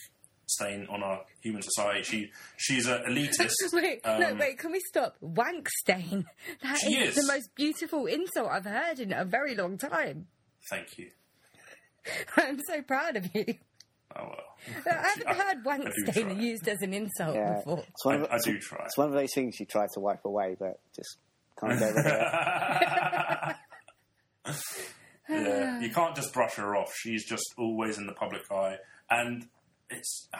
Speaker 2: stain on our human society. She she's an elitist.
Speaker 1: Wait, no,
Speaker 2: Um,
Speaker 1: wait, can we stop? Wank stain. That is
Speaker 2: She is.
Speaker 1: the most beautiful insult I've heard in a very long time.
Speaker 2: Thank you.
Speaker 1: I'm so proud of you.
Speaker 2: Oh well.
Speaker 1: I haven't heard wank
Speaker 2: I do
Speaker 1: stain
Speaker 2: try.
Speaker 1: used as an insult
Speaker 3: Yeah.
Speaker 1: before.
Speaker 3: It's one, of,
Speaker 2: I- I do try.
Speaker 3: it's one of those things you try to wipe away, but just can't get rid of it.
Speaker 2: Yeah, you can't just brush her off. She's just always in the public eye, and it's. I,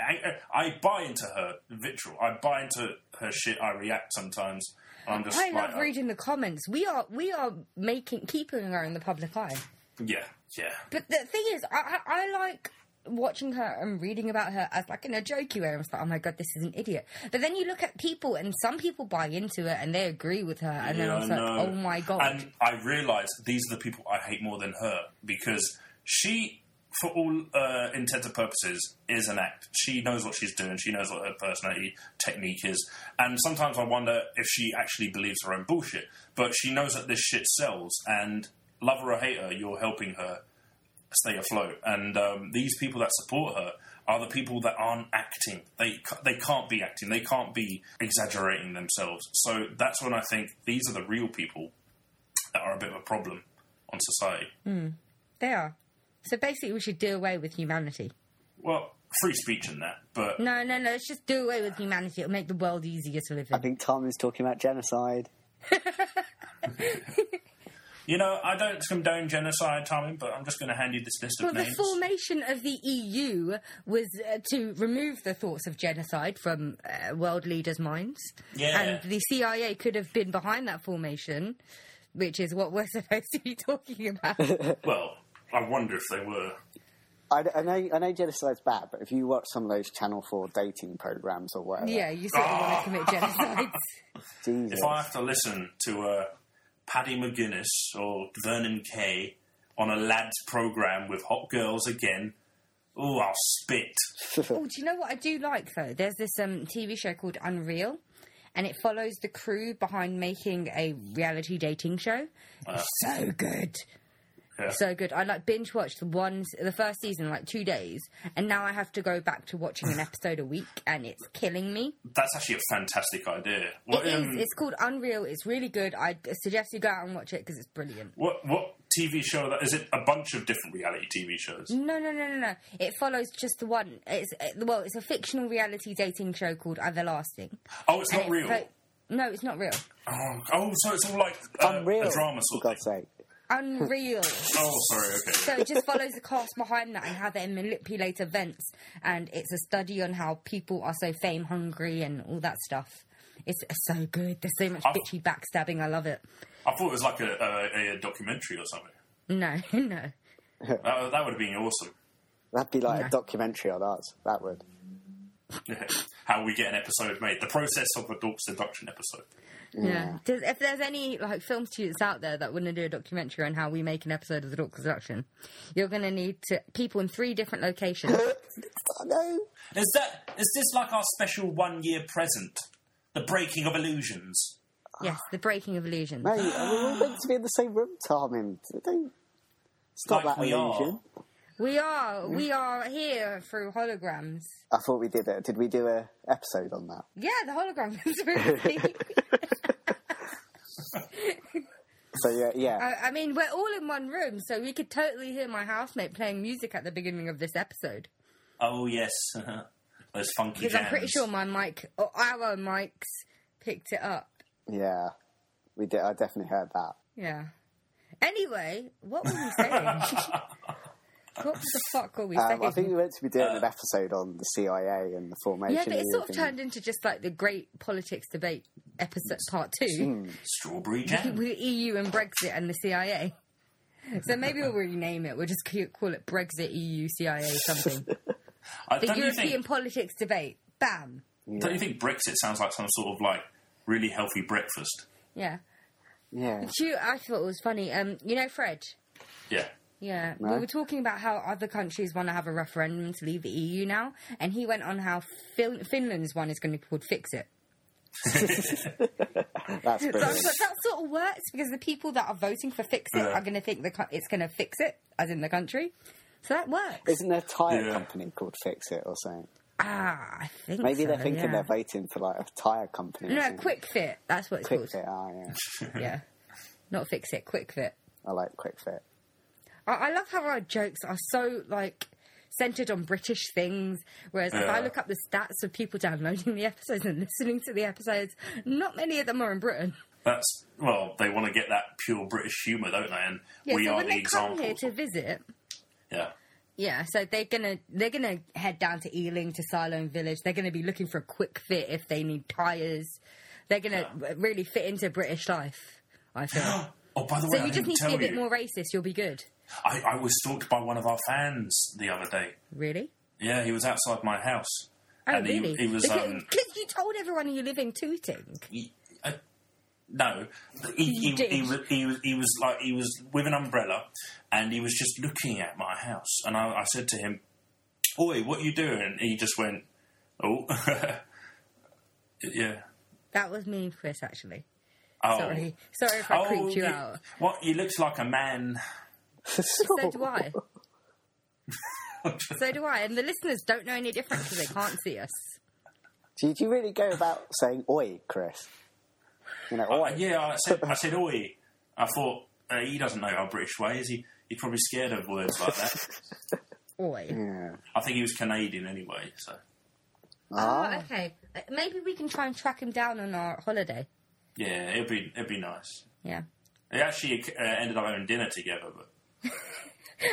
Speaker 2: I, I buy into her vitriol. I buy into her shit. I react sometimes. and I'm just
Speaker 1: I
Speaker 2: like,
Speaker 1: love
Speaker 2: uh,
Speaker 1: reading the comments. We are we are making keeping her in the public eye.
Speaker 2: yeah, yeah.
Speaker 1: But the thing is, I, I, I like watching her and reading about her as like in a jokey way. I'm just like, oh my god, this is an idiot. But then you look at people, and some people buy into it and they agree with her, and then
Speaker 2: Yeah,
Speaker 1: I'm just like,
Speaker 2: I know.
Speaker 1: oh my god.
Speaker 2: And I realise these are the people I hate more than her because she, for all uh, intents and purposes, is an act. She knows what she's doing. She knows what her personality technique is. And sometimes I wonder if she actually believes her own bullshit. But she knows that this shit sells. And love her or hate her, you're helping her stay afloat. And um, these people that support her are the people that aren't acting. They ca- they can't be acting. They can't be exaggerating themselves. So that's when I think these are the real people that are a bit of a problem on society.
Speaker 1: They are. So basically, we should do away with humanity.
Speaker 2: Well, free speech and that, but
Speaker 1: No, no, no. Let's just do away with humanity. It'll make the world easier to live
Speaker 3: I
Speaker 1: in.
Speaker 3: think Tom is talking about genocide.
Speaker 2: you know, I don't condone genocide, Tommy. But I'm just going to hand you this list
Speaker 1: Well,
Speaker 2: of
Speaker 1: the
Speaker 2: names.
Speaker 1: formation of the EU was uh, to remove the thoughts of genocide from uh, world leaders' minds.
Speaker 2: Yeah.
Speaker 1: And the CIA could have been behind that formation, which is what we're supposed to be talking about.
Speaker 2: Well, I wonder if they were.
Speaker 3: I, I know, I know genocide's bad, but if you watch some of those Channel 4 dating programs or whatever,
Speaker 1: yeah, you sort of want to commit genocide.
Speaker 3: Jesus.
Speaker 2: If I have to listen to uh, Paddy McGuinness or Vernon Kay
Speaker 5: on a lads program with hot girls again. Oh, I'll spit.
Speaker 1: Oh, do you know what I do like though? There's this um, TV show called Unreal, and it follows the crew behind making a reality dating show. It's so good,
Speaker 2: Yeah.
Speaker 1: so good. I like binge watched the one, the first season in, like two days, and now I have to go back to watching an episode a week, and it's killing me.
Speaker 5: That's actually a fantastic idea.
Speaker 2: What,
Speaker 1: It is.
Speaker 2: um,
Speaker 1: It's called Unreal. It's really good. I suggest you go out and watch it because it's brilliant.
Speaker 2: what what TV show that is it? A bunch of different reality TV shows.
Speaker 1: No, no, no, no, no. It follows just the one. It's uh, well, it's a fictional reality dating show called Everlasting.
Speaker 2: Oh, it's
Speaker 1: And
Speaker 2: not real.
Speaker 1: fo- no, it's not real.
Speaker 2: Oh, oh, so it's all like uh,
Speaker 3: Unreal.
Speaker 2: a drama
Speaker 3: for
Speaker 2: sort of
Speaker 3: God's
Speaker 2: thing.
Speaker 3: sake.
Speaker 1: Unreal.
Speaker 2: Oh, sorry, okay.
Speaker 1: so it just follows the cast behind that and how they manipulate events. And it's a study on how people are so fame hungry and all that stuff. It's so good. There's so much
Speaker 2: I've-
Speaker 1: bitchy backstabbing. I love it.
Speaker 2: I thought it was like a, a, a documentary or something.
Speaker 1: No, no.
Speaker 2: That, that would have been awesome.
Speaker 3: That'd be like
Speaker 1: Yeah.
Speaker 3: a documentary on us. That would.
Speaker 2: Yeah. How we get an episode made. The process of a dork seduction episode.
Speaker 1: Yeah. Does, if there's any like film students out there that want to do a documentary on how we make an episode of the Dork Seduction, you're going to need to people in three different locations.
Speaker 3: Oh, no.
Speaker 5: Is that is this like our special one year present? The breaking of illusions.
Speaker 1: yes, the breaking of illusions.
Speaker 3: No, we're all meant to be in the same room, Tarmin. Don't stop
Speaker 5: Like
Speaker 3: that
Speaker 5: we are.
Speaker 3: illusion.
Speaker 1: We are we are here through holograms.
Speaker 3: I thought we did it. Did we do a episode on that?
Speaker 1: Yeah, the hologram conspiracy.
Speaker 3: So yeah, yeah.
Speaker 1: I, I mean, we're all in one room, so we could totally hear my housemate playing music at the beginning of this episode.
Speaker 5: Oh yes, those funky
Speaker 1: Because
Speaker 5: jams.
Speaker 1: I'm pretty sure my mic, or our mics, picked it up.
Speaker 3: yeah, we did. I definitely heard that.
Speaker 1: Yeah. Anyway, what were we saying? what the fuck were we
Speaker 3: Um,
Speaker 1: saying?
Speaker 3: I think we were meant to be doing
Speaker 2: Uh.
Speaker 3: an episode on the CIA and the formation.
Speaker 1: yeah, but
Speaker 3: of
Speaker 1: it
Speaker 3: the
Speaker 1: sort of
Speaker 3: organisation.
Speaker 1: turned into just like the great politics debate episode part two
Speaker 5: strawberry jam.
Speaker 1: with EU and Brexit and the CIA. So maybe we'll rename it. We'll just c- call it Brexit E EU CIA something.
Speaker 2: I,
Speaker 1: The
Speaker 2: don't, you
Speaker 1: European
Speaker 2: think,
Speaker 1: politics debate. Bam.
Speaker 2: don't you think Brexit sounds like some sort of like really healthy breakfast?
Speaker 1: Yeah.
Speaker 3: Yeah,
Speaker 1: Do you, I thought it was funny. Um, you know, Fred.
Speaker 2: Yeah.
Speaker 1: Yeah,
Speaker 3: No?
Speaker 1: we were talking about how other countries want to have a referendum to leave the EU now, and he went on how fin- Finland's one is going to be called "Fix It."
Speaker 3: that's
Speaker 1: So I was
Speaker 3: brilliant.
Speaker 1: like, that sort of works because the people that are voting for "Fix It"
Speaker 2: Yeah.
Speaker 1: are going to think the co- it's going to fix it, as in the country. So that works.
Speaker 3: Isn't there a tyre
Speaker 2: Yeah.
Speaker 3: company called Fix It or something?
Speaker 1: Ah, I think
Speaker 3: Maybe they're
Speaker 1: so,
Speaker 3: thinking
Speaker 1: yeah.
Speaker 3: they're voting for like a tyre company. or
Speaker 1: no
Speaker 3: something.
Speaker 1: quick fit. That's what it's
Speaker 3: Quick
Speaker 1: called.
Speaker 3: Fit. Ah, yeah,
Speaker 1: Yeah, not fix it. Quick fit.
Speaker 3: I like Quick Fit.
Speaker 1: I, I love how our jokes are so like centered on British things, whereas if I
Speaker 2: Yeah.
Speaker 1: look up the stats of people downloading the episodes and listening to the episodes, not many of them are in Britain.
Speaker 2: That's well, they want to get that pure British humour, don't they? And
Speaker 1: Yeah,
Speaker 2: we
Speaker 1: so
Speaker 2: are
Speaker 1: when
Speaker 2: the
Speaker 1: they
Speaker 2: example.
Speaker 1: come here to visit,
Speaker 2: yeah.
Speaker 1: yeah, so they're gonna they're gonna head down to Ealing to Siloam Village. They're gonna be looking for a quick fit if they need tires. They're gonna w- really fit into British life. I feel.
Speaker 2: Oh, by the
Speaker 1: So
Speaker 2: way, I
Speaker 1: you just
Speaker 2: didn't
Speaker 1: need to
Speaker 2: tell
Speaker 1: be a bit
Speaker 2: you.
Speaker 1: more racist. You'll be good.
Speaker 2: I, I was stalked by one of our fans the other day.
Speaker 1: Really?
Speaker 2: Yeah, he was outside my house.
Speaker 1: Oh,
Speaker 2: and
Speaker 1: really?
Speaker 2: He, he was.
Speaker 1: because,
Speaker 2: Um,
Speaker 1: 'cause you told everyone you live in Tooting.
Speaker 2: he- uh, no, he, he,
Speaker 1: You did.
Speaker 2: he, was, he, was, he was like he was with an umbrella, and he was just looking at my house. And I, I said to him, "Oi, what you doing?" And he just went, "Oh, yeah."
Speaker 1: That was me and Chris, actually.
Speaker 2: Oh.
Speaker 1: Sorry. Sorry if I
Speaker 2: Oh,
Speaker 1: creeped you
Speaker 2: you-
Speaker 1: out.
Speaker 2: What? You looked like a man.
Speaker 1: So do I. so do I. And the listeners don't know any different because they can't see us.
Speaker 3: Did you really go about saying "Oi, Chris"? You know,
Speaker 2: Uh,
Speaker 3: "Oi."
Speaker 2: yeah, I said, I said, oi. I thought uh, he doesn't know our British ways. He he's probably scared of words like that.
Speaker 1: Oi.
Speaker 3: Yeah.
Speaker 2: I think he was Canadian anyway. So
Speaker 1: Oh, okay. Uh, Maybe we can try and track him down on our holiday.
Speaker 2: yeah, it'd be it'd be nice.
Speaker 1: Yeah.
Speaker 2: They actually uh, ended up having dinner together, but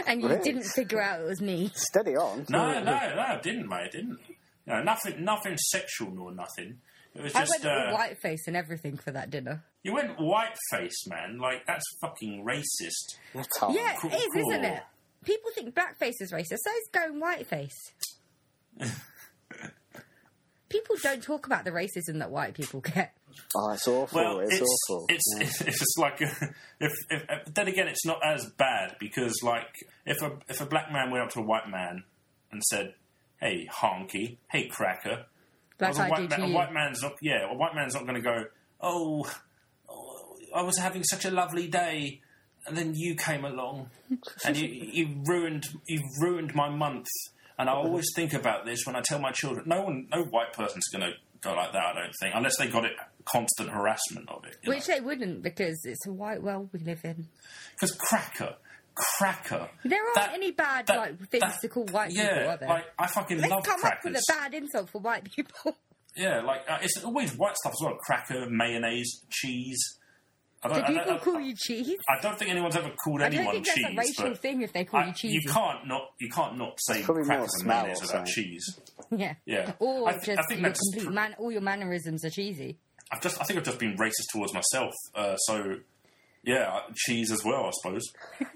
Speaker 1: And you
Speaker 3: Really?
Speaker 1: didn't figure out it was me.
Speaker 3: Steady on.
Speaker 2: no, no, no, I didn't, mate, I didn't. No, nothing, nothing sexual nor nothing. It was
Speaker 1: I went
Speaker 2: just uh,
Speaker 1: all whiteface and everything for that dinner.
Speaker 2: you went white face, man. Like that's fucking racist.
Speaker 3: You're Tom.
Speaker 1: Yeah,
Speaker 2: Oh, cool,
Speaker 1: it is, isn't
Speaker 2: cool.
Speaker 1: it? People think blackface is racist, so it's going whiteface. People don't talk about the racism that white people get.
Speaker 3: Oh, it's awful.
Speaker 2: Well,
Speaker 3: it's,
Speaker 2: it's
Speaker 3: awful. Mm.
Speaker 2: It's,
Speaker 3: Yeah.
Speaker 2: it's like a, if, if uh, then again, it's not as bad because like if a if a black man went up to a white man and said, "Hey, honky, hey, cracker,"
Speaker 1: Like
Speaker 2: a
Speaker 1: I do
Speaker 2: white,
Speaker 1: to
Speaker 2: ma- a
Speaker 1: you.
Speaker 2: white man's not yeah, a white man's not going to go. Oh, oh, I was having such a lovely day, and then you came along, and you, you ruined you ruined my month. And I always think about this when I tell my children. No one, no white person's going to go like that. I don't think, unless they got it constant harassment of it. you
Speaker 1: Which they wouldn't because it's a white world we live in.
Speaker 2: Because cracker, cracker.
Speaker 1: There aren't any bad, like, things to call white
Speaker 2: yeah,
Speaker 1: people, are there?
Speaker 2: Like, I fucking
Speaker 1: Let's
Speaker 2: love
Speaker 1: come
Speaker 2: crackers.
Speaker 1: up with a bad insult for white people.
Speaker 2: Yeah, like uh, it's always white stuff as well. Cracker, mayonnaise, cheese. I
Speaker 1: Do
Speaker 2: don't, I don't-
Speaker 1: people
Speaker 2: I-
Speaker 1: call you cheese?
Speaker 2: I don't think anyone's ever called
Speaker 1: I don't
Speaker 2: anyone
Speaker 1: think that's
Speaker 2: cheese.
Speaker 1: a racial
Speaker 2: but
Speaker 1: thing if they call
Speaker 2: I,
Speaker 1: you
Speaker 2: you
Speaker 1: cheese.
Speaker 2: can't not you can't not say
Speaker 3: Probably more
Speaker 2: crackers and
Speaker 3: smell
Speaker 2: mayonnaise
Speaker 3: or
Speaker 2: without
Speaker 3: something.
Speaker 2: cheese.
Speaker 1: Yeah.
Speaker 2: Yeah.
Speaker 1: Or
Speaker 2: I thi-
Speaker 1: just
Speaker 2: I think
Speaker 1: your
Speaker 2: that's
Speaker 1: complete
Speaker 2: pr-
Speaker 1: man. All your mannerisms are cheesy.
Speaker 2: I've just I think I've just been racist towards myself. Uh, so yeah, uh, cheese as well, I suppose.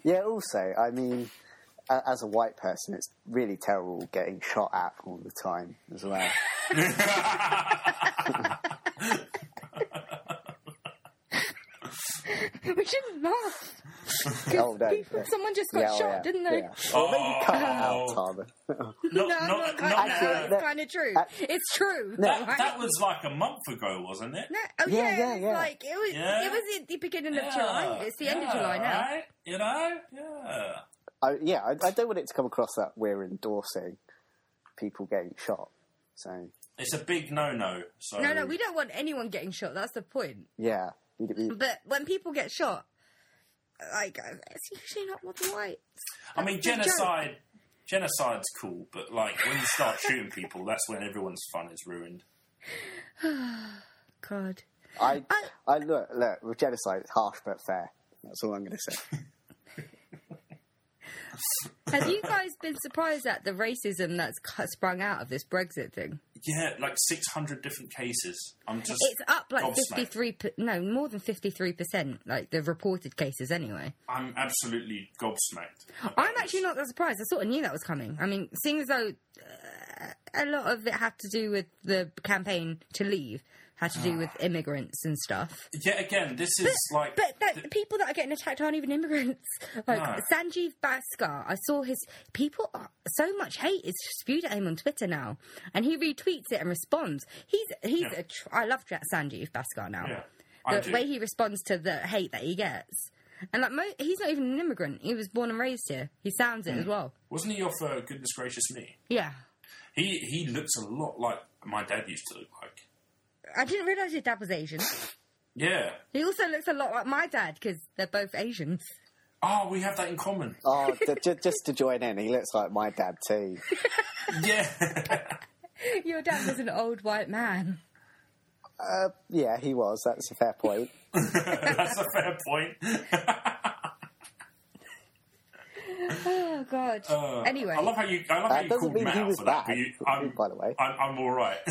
Speaker 3: Yeah, also, I mean, a- as a white person, it's really terrible getting shot at all the time as well.
Speaker 1: We shouldn't laugh. 'Cause
Speaker 3: Oh, no,
Speaker 1: people-
Speaker 3: yeah.
Speaker 1: Someone just got
Speaker 3: Yeah, oh,
Speaker 1: shot,
Speaker 3: yeah,
Speaker 1: didn't they?
Speaker 3: yeah. Well, Oh, maybe cut that out,
Speaker 2: Oh.
Speaker 3: Tara.
Speaker 2: Not,
Speaker 1: No, no,
Speaker 2: not,
Speaker 1: no,
Speaker 2: not-
Speaker 1: no,
Speaker 3: Actually,
Speaker 1: it's
Speaker 3: that-
Speaker 1: kind of true.
Speaker 3: that-
Speaker 1: it's true.
Speaker 2: that,
Speaker 1: right?
Speaker 2: that was like a month ago, wasn't it?
Speaker 1: No, oh yeah,
Speaker 3: Yeah,
Speaker 1: it
Speaker 3: yeah,
Speaker 1: was
Speaker 3: yeah.
Speaker 1: Like it was,
Speaker 2: Yeah.
Speaker 1: it was at the beginning
Speaker 2: Yeah,
Speaker 1: of July. It's the end of
Speaker 2: yeah,
Speaker 1: July now.
Speaker 2: Right? You know? Yeah.
Speaker 3: I, yeah, I, I don't want it to come across that we're endorsing people getting shot. So,
Speaker 2: It's a big no no. So
Speaker 1: No, no, we don't want anyone getting shot. That's the point.
Speaker 3: yeah. We, we,
Speaker 1: But when people get shot, like uh, it's usually not what the white.
Speaker 2: I mean,
Speaker 1: That's the joke.
Speaker 2: genocide. Genocide's cool, but like when you start shooting people, that's when everyone's fun is ruined.
Speaker 1: God.
Speaker 3: I,
Speaker 1: I-
Speaker 3: I look, look, with genocide, it's harsh but fair. That's all I'm going to say.
Speaker 1: Have you guys been surprised at the racism that's cu- sprung out of this Brexit thing?
Speaker 2: Yeah, like six hundred different cases. I'm just.
Speaker 1: It's up like
Speaker 2: gobsmacked.
Speaker 1: fifty three, no, more than fifty three percent, like the reported cases anyway.
Speaker 2: I'm absolutely gobsmacked. about
Speaker 1: I'm
Speaker 2: this.
Speaker 1: actually not that surprised. I sort of knew that was coming. I mean, seeing as though uh, a lot of it had to do with the campaign to leave, had to do with immigrants and stuff.
Speaker 2: Yet again, this is like.
Speaker 1: But that, the people that are getting attacked aren't even immigrants. Like
Speaker 2: No.
Speaker 1: Sanjeev Bhaskar, I saw his people. Are, so much hate is spewed at him on Twitter now, and he retweets it and responds. He's he's
Speaker 2: Yeah.
Speaker 1: a tr- I love Ja- Sanjeev Bhaskar now.
Speaker 2: Yeah, I
Speaker 1: the
Speaker 2: do.
Speaker 1: way he responds to the hate that he gets, and like mo- he's not even an immigrant. He was born and raised here. He sounds
Speaker 2: Mm.
Speaker 1: it as well.
Speaker 2: wasn't he off uh, Goodness Gracious Me?
Speaker 1: Yeah,
Speaker 2: He he looks a lot like my dad used to look like.
Speaker 1: I didn't realize your dad was Asian.
Speaker 2: Yeah.
Speaker 1: He also looks a lot like my dad because they're both Asians.
Speaker 2: Oh, we have that in common.
Speaker 3: oh, d- ju- just to join in, he looks like my dad too.
Speaker 2: Yeah.
Speaker 1: your dad was an old white man.
Speaker 3: Yeah, he was. That's a fair point.
Speaker 2: That's a fair point.
Speaker 1: Oh God. anyway,
Speaker 2: Uh, I love how you. I love how
Speaker 3: That
Speaker 2: you
Speaker 3: doesn't
Speaker 2: called
Speaker 3: mean
Speaker 2: Matt
Speaker 3: he
Speaker 2: out
Speaker 3: was
Speaker 2: for that.
Speaker 3: bad,
Speaker 2: But you, I'm,
Speaker 3: by the way.
Speaker 2: I'm, I'm all right.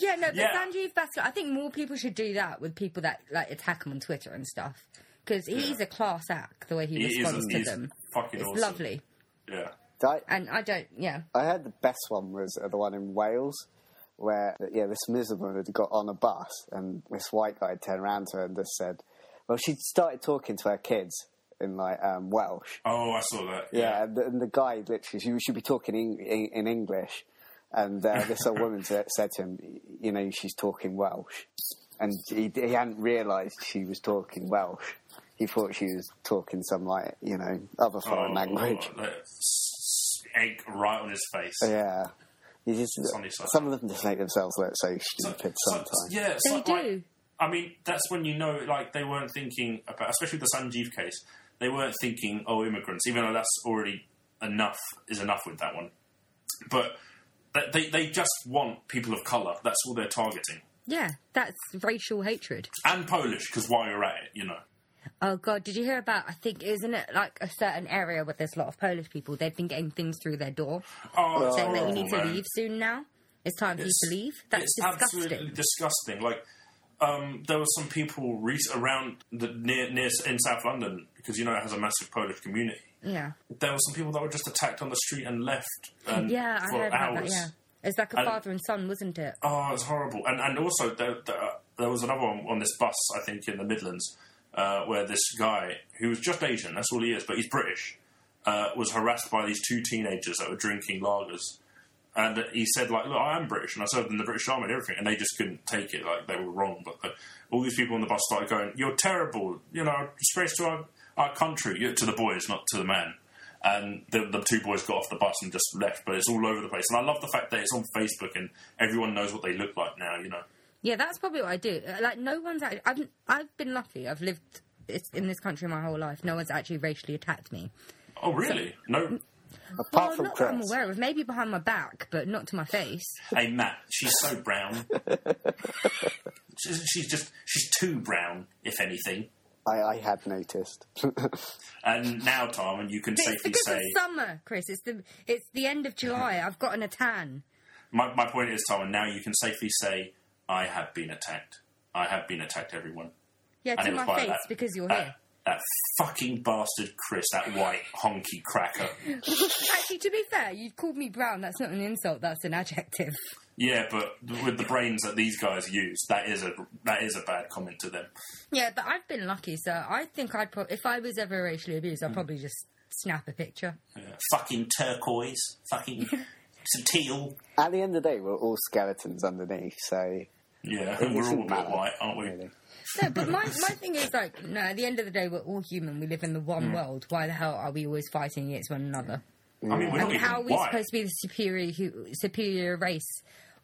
Speaker 1: Yeah, no, but
Speaker 2: Yeah.
Speaker 1: Sanjeev Bhaskar, I think more people should do that with people that like attack him on Twitter and stuff because he's a class act the way he,
Speaker 2: He is-
Speaker 1: responds to
Speaker 2: he's
Speaker 1: them.
Speaker 2: fucking
Speaker 1: it's
Speaker 2: awesome.
Speaker 1: lovely,
Speaker 2: yeah.
Speaker 3: I,
Speaker 1: and I don't. Yeah,
Speaker 3: I heard the best one was uh, the one in Wales, where yeah, this miserable had got on a bus, and this white guy turned around to her and just said, "Well, she started talking to her kids in like um, Welsh,
Speaker 2: Oh, I saw that.
Speaker 3: yeah, And, the, and the guy literally, she should be talking in, in, in English, and uh, this old woman sa- said to him, you know, she's talking Welsh, and he, he hadn't realised she was talking Welsh. He thought she was talking some like you know other foreign language.
Speaker 2: oh, that s- egg right on his face.
Speaker 3: Yeah. You just,
Speaker 2: on his side.
Speaker 3: some of them just make themselves look so
Speaker 2: So-
Speaker 3: stupid
Speaker 2: so-
Speaker 3: sometimes.
Speaker 2: yeah,
Speaker 1: they
Speaker 2: so, like,
Speaker 1: do.
Speaker 2: I mean, that's when you know, like, they weren't thinking about, especially with the Sanjeev case, they weren't thinking, oh, immigrants, even though that's already enough, is enough with that one. But they- they, they just want people of colour. That's all they're targeting.
Speaker 1: Yeah, that's racial hatred.
Speaker 2: And Polish, because while you're at it, you know.
Speaker 1: Oh God, did you hear about? I think isn't it like a certain area where there's a lot of Polish people? They've been getting things through their door
Speaker 2: Oh, it's
Speaker 1: saying that you
Speaker 2: horrible,
Speaker 1: need to
Speaker 2: man.
Speaker 1: leave soon. Now it's time for you to leave. That's
Speaker 2: it's absolutely
Speaker 1: disgusting.
Speaker 2: disgusting. Like um, there were some people re- around the, near near in South London because you know it has a massive Polish community.
Speaker 1: Yeah,
Speaker 2: There were some people that were just attacked on the street and left. And
Speaker 1: yeah, I
Speaker 2: for
Speaker 1: heard about
Speaker 2: hours.
Speaker 1: that. Yeah, it's like a
Speaker 2: And-
Speaker 1: father and son, wasn't it?
Speaker 2: Oh, it's horrible. And and also the, the, there was another one on this bus, I think, in the Midlands, uh, where this guy who was just Asian, that's all he is, but he's British, uh, was harassed by these two teenagers that were drinking lagers. And he said, like, look, I am British, and I served in the British Army and everything, and they just couldn't take it, like, they were wrong. But the, all these people on the bus started going, you're terrible, you know, disgrace to our, our country, Yeah, to the boys, not to the man. And the, the two boys got off the bus and just left, but it's all over the place. And I love the fact that it's on Facebook and everyone knows what they look like now, you know.
Speaker 1: Yeah, that's probably what I do. Uh, Like, no one's actually. I've, I've been lucky. I've lived it's- in this country my whole life. No one's actually racially attacked me.
Speaker 2: Oh, really? No.
Speaker 3: Apart
Speaker 1: well,
Speaker 3: from
Speaker 1: not that I'm
Speaker 3: Chris.
Speaker 1: aware of. Maybe behind my back, but not to my face.
Speaker 2: Hey, Matt, she's so brown. she's, she's just, she's too brown, if anything.
Speaker 3: I, I had noticed.
Speaker 2: And now, Tom, and you can
Speaker 1: It's
Speaker 2: safely
Speaker 1: because
Speaker 2: say.
Speaker 1: it's summer, Chris. It's the it's the end of July. I've gotten a tan.
Speaker 2: My, my point is, Tom, and now you can safely say, I have been attacked. I have been attacked, everyone.
Speaker 1: Yeah,
Speaker 2: And
Speaker 1: to
Speaker 2: it was
Speaker 1: my
Speaker 2: by
Speaker 1: face
Speaker 2: that,
Speaker 1: because you're
Speaker 2: that,
Speaker 1: here.
Speaker 2: That fucking bastard Chris, that white honky cracker.
Speaker 1: Actually, to be fair, you've called me brown. That's not an insult. That's an adjective.
Speaker 2: Yeah, but with the brains that these guys use, that is a that is a bad comment to them.
Speaker 1: Yeah, but I've been lucky, so I think I'd pro- if I was ever racially abused,
Speaker 2: Hmm.
Speaker 1: I'd probably just snap a picture.
Speaker 2: Yeah. Fucking turquoise, fucking some teal.
Speaker 3: At the end of the day, we're all skeletons underneath, so
Speaker 2: Yeah,
Speaker 3: it
Speaker 2: we're all a
Speaker 3: doesn't
Speaker 2: bit
Speaker 3: matter,
Speaker 2: white, aren't we?
Speaker 3: really.
Speaker 1: No, but my, my thing is like, no. At the end of the day, we're all human. We live in the
Speaker 2: Hmm.
Speaker 1: one world. Why the hell are we always fighting against one another?
Speaker 2: I mean, we're not
Speaker 1: And
Speaker 2: even
Speaker 1: how are we
Speaker 2: white.
Speaker 1: supposed to be the superior hu- superior race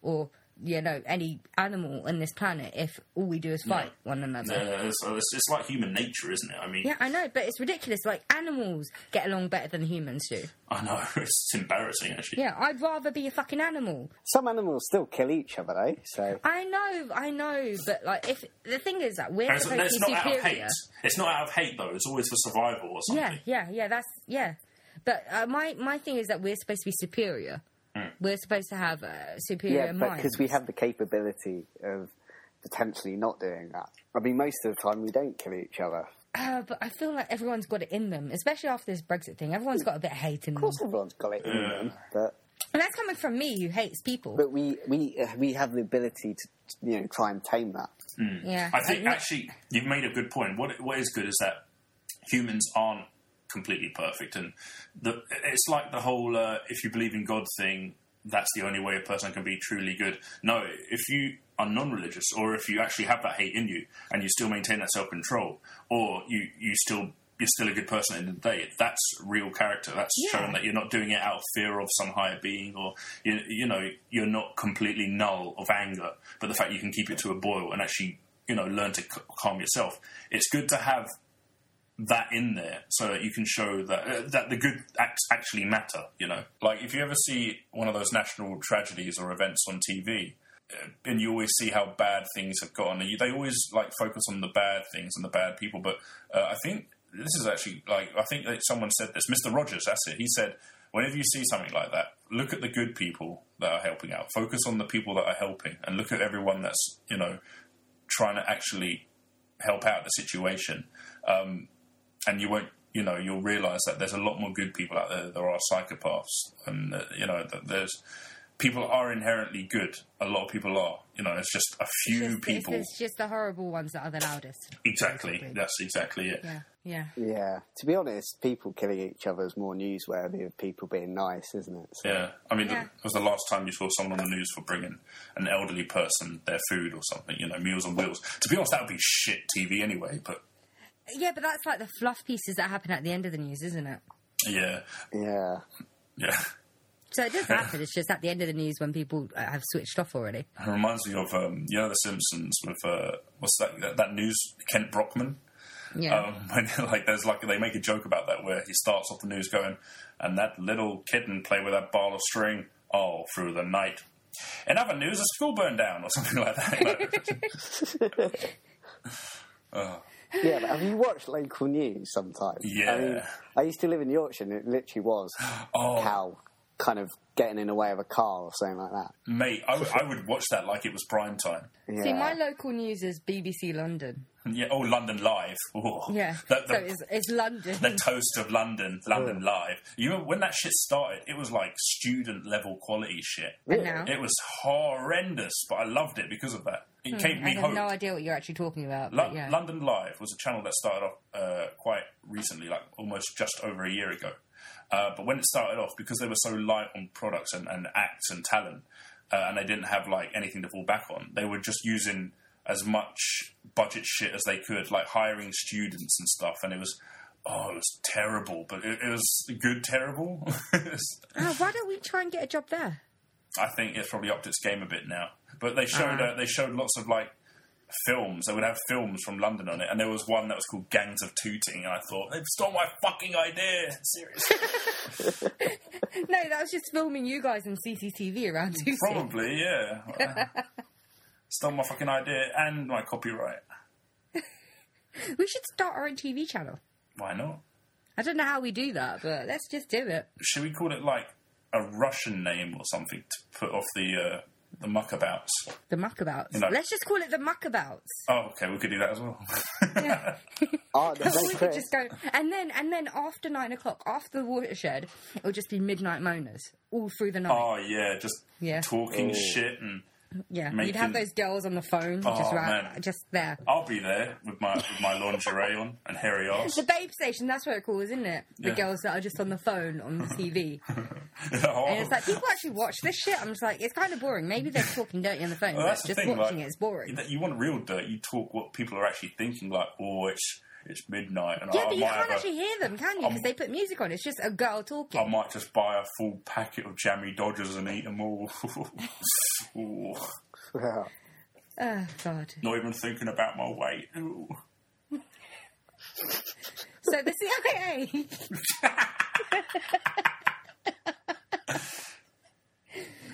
Speaker 1: or you know any animal on this planet if all we do is fight one another?
Speaker 2: Uh, it's, it's, it's like human nature, isn't it? I mean,
Speaker 1: Yeah, I know, but it's ridiculous. Like animals get along better than humans do.
Speaker 2: I know it's embarrassing actually.
Speaker 1: Yeah, I'd rather be a fucking animal.
Speaker 3: Some animals still kill each other, though. So
Speaker 1: I know, I know, but like if the thing is that we're
Speaker 2: And It's,
Speaker 1: supposed
Speaker 2: it's
Speaker 1: to be
Speaker 2: not out of hate.
Speaker 1: superior.
Speaker 2: It's not out of hate though. It's always for survival or something.
Speaker 1: Yeah, yeah, yeah. That's yeah. But uh, my my thing is that we're supposed to be superior. We're supposed to have uh, superior
Speaker 3: Hmm. yeah, but
Speaker 1: minds.
Speaker 3: because we have the capability of potentially not doing that. I mean, most of the time we don't kill each other.
Speaker 1: Uh, but I feel like everyone's got it in them, especially after this Brexit thing. Everyone's got a bit of hate in them.
Speaker 3: Of course, everyone's got it in them, but
Speaker 1: And that's coming from me, who hates people.
Speaker 3: but we we uh, we have the ability to you know try and tame that.
Speaker 1: yeah.
Speaker 2: I think
Speaker 1: Like,
Speaker 2: actually you've made a good point. What what is good is that humans aren't completely perfect, and the, it's like the whole uh, "if you believe in God" thing. That's the only way a person can be truly good. No, if you are non-religious, or if you actually have that hate in you, and you still maintain that self-control, or you you still you're still a good person at the end of the day. That's real character. That's
Speaker 1: Yeah.
Speaker 2: showing that you're not doing it out of fear of some higher being, or you, you know, you're not completely null of anger. But the fact you can keep it to a boil and actually, you know, learn to c- calm yourself. It's good to have that in there so that you can show that uh, that the good acts actually matter. You know, like if you ever see one of those national tragedies or events on TV, uh, and you always see how bad things have gotten. and you- They always like focus on the bad things and the bad people, but uh, I think this is actually like I think that someone said this, Mr. Rogers. That's it. He said, whenever you see something like that, look at the good people that are helping out. Focus on the people that are helping, and look at everyone that's you know trying to actually help out the situation. Um, and you won't, you know, you'll realise that there's a lot more good people out there. There are psychopaths, and uh, you know, that there's people are inherently good. A lot of people are, you know, it's just a few
Speaker 1: just- it's-
Speaker 2: people.
Speaker 1: It's just the horrible ones that are the loudest.
Speaker 2: Exactly,
Speaker 1: basically.
Speaker 2: that's exactly it.
Speaker 1: Yeah, yeah.
Speaker 3: Yeah, to be honest, people killing each other is more newsworthy of people being nice, isn't it? So,
Speaker 2: Yeah, I mean,
Speaker 1: Yeah.
Speaker 2: that was the last time you saw someone on the news for bringing an elderly person their food or something? You know, Meals on Wheels. To be honest, that would be shit TV anyway. But
Speaker 1: Yeah, but that's like the fluff pieces that happen at the end of the news, isn't it?
Speaker 2: yeah,
Speaker 3: yeah.
Speaker 2: yeah.
Speaker 1: So it does happen. It's just at the end of the news when people uh, have switched off already.
Speaker 2: It reminds me of um, you know The Simpsons with uh, what's that, that that news Kent Brockman.
Speaker 1: Yeah.
Speaker 2: Um, when like there's like they make a joke about that where he starts off the news going, and that little kitten played with that ball of string all through the night. In other news, a school burned down or something like that. Like,
Speaker 3: Yeah, but have you watched local news sometimes?
Speaker 2: Yeah.
Speaker 3: I, mean, I used to live in Yorkshire and it literally was
Speaker 2: oh,
Speaker 3: cow, kind of getting in the way of a car or something like that.
Speaker 2: Mate, I, w- I would watch that like it was prime time.
Speaker 3: Oh, Yeah.
Speaker 1: See, my local news is BBC London.
Speaker 2: Yeah, oh, London Live. Ooh.
Speaker 1: Yeah.
Speaker 2: The, the,
Speaker 1: so it's, it's London.
Speaker 2: the toast of London, London Live. You remember when that shit started? It was like student level quality shit.
Speaker 1: And now?
Speaker 2: It was horrendous, but I loved it because of that. It gave
Speaker 1: Hmm, I
Speaker 2: me
Speaker 1: have
Speaker 2: hope.
Speaker 1: no idea what you're actually talking about.
Speaker 2: Lo-
Speaker 1: But yeah.
Speaker 2: London Live was a channel that started off uh, quite recently, like almost just over a year ago. Uh, but when it started off, because they were so light on products and, and acts and talent, uh, and they didn't have like anything to fall back on, they were just using as much budget shit as they could, like hiring students and stuff. And it was, oh, it was terrible, but it, it was good terrible.
Speaker 1: Oh, why don't we try and get a job there?
Speaker 2: I think it's probably upped its game a bit now. But they showed uh, they showed lots of like films. They would have films from London on it, and there was one that was called Gangs of Tooting, and I thought they've stole my fucking idea. Seriously,
Speaker 1: No, that was just filming you guys in CCTV around Tuesday.
Speaker 2: probably yeah. stole my fucking idea and my copyright.
Speaker 1: We should start our own TV channel.
Speaker 2: Why not?
Speaker 1: I don't know how we do that, but let's just do it.
Speaker 2: Should we call it like a Russian name or something to put off the uh, the muckabouts?
Speaker 1: The muckabouts.
Speaker 2: You know-
Speaker 1: Let's just call it the muckabouts.
Speaker 2: Oh, okay, we could do that as well.
Speaker 3: Oh, no,
Speaker 1: Or we could
Speaker 3: Chris.
Speaker 1: just go, and then and then after nine o'clock, after the watershed, it'll just be midnight moaners all through the night.
Speaker 2: oh yeah, just
Speaker 1: Yeah.
Speaker 2: talking shit and.
Speaker 1: yeah, you'd
Speaker 2: making-
Speaker 1: have those girls on the phone, just
Speaker 2: Oh,
Speaker 1: right,
Speaker 2: man.
Speaker 1: just there.
Speaker 2: I'll be there with my with my lingerie on and hairy arse.
Speaker 1: The babe station, that's what it calls, isn't it? The
Speaker 2: Yeah.
Speaker 1: girls that are just on the phone on the TV.
Speaker 2: Oh.
Speaker 1: And it's like, people actually watch this shit. I'm just like, it's kind of boring. Maybe they're talking dirty on the phone,
Speaker 2: Well,
Speaker 1: but
Speaker 2: that's
Speaker 1: just
Speaker 2: the thing.
Speaker 1: watching
Speaker 2: like,
Speaker 1: it is boring.
Speaker 2: that You want real dirt. You talk what people are actually thinking. Like, oh, it's it's midnight, and
Speaker 1: Yeah,
Speaker 2: I,
Speaker 1: but you
Speaker 2: might
Speaker 1: can't
Speaker 2: have
Speaker 1: actually
Speaker 2: a,
Speaker 1: hear them, can you? Because
Speaker 2: I'm-
Speaker 1: they put music on. It's just a girl talking.
Speaker 2: I might just buy a full packet of jammy Dodgers and eat them all. Ooh,
Speaker 3: Yeah.
Speaker 1: oh, God.
Speaker 2: not even thinking about my weight. Ooh.
Speaker 1: So the CIA.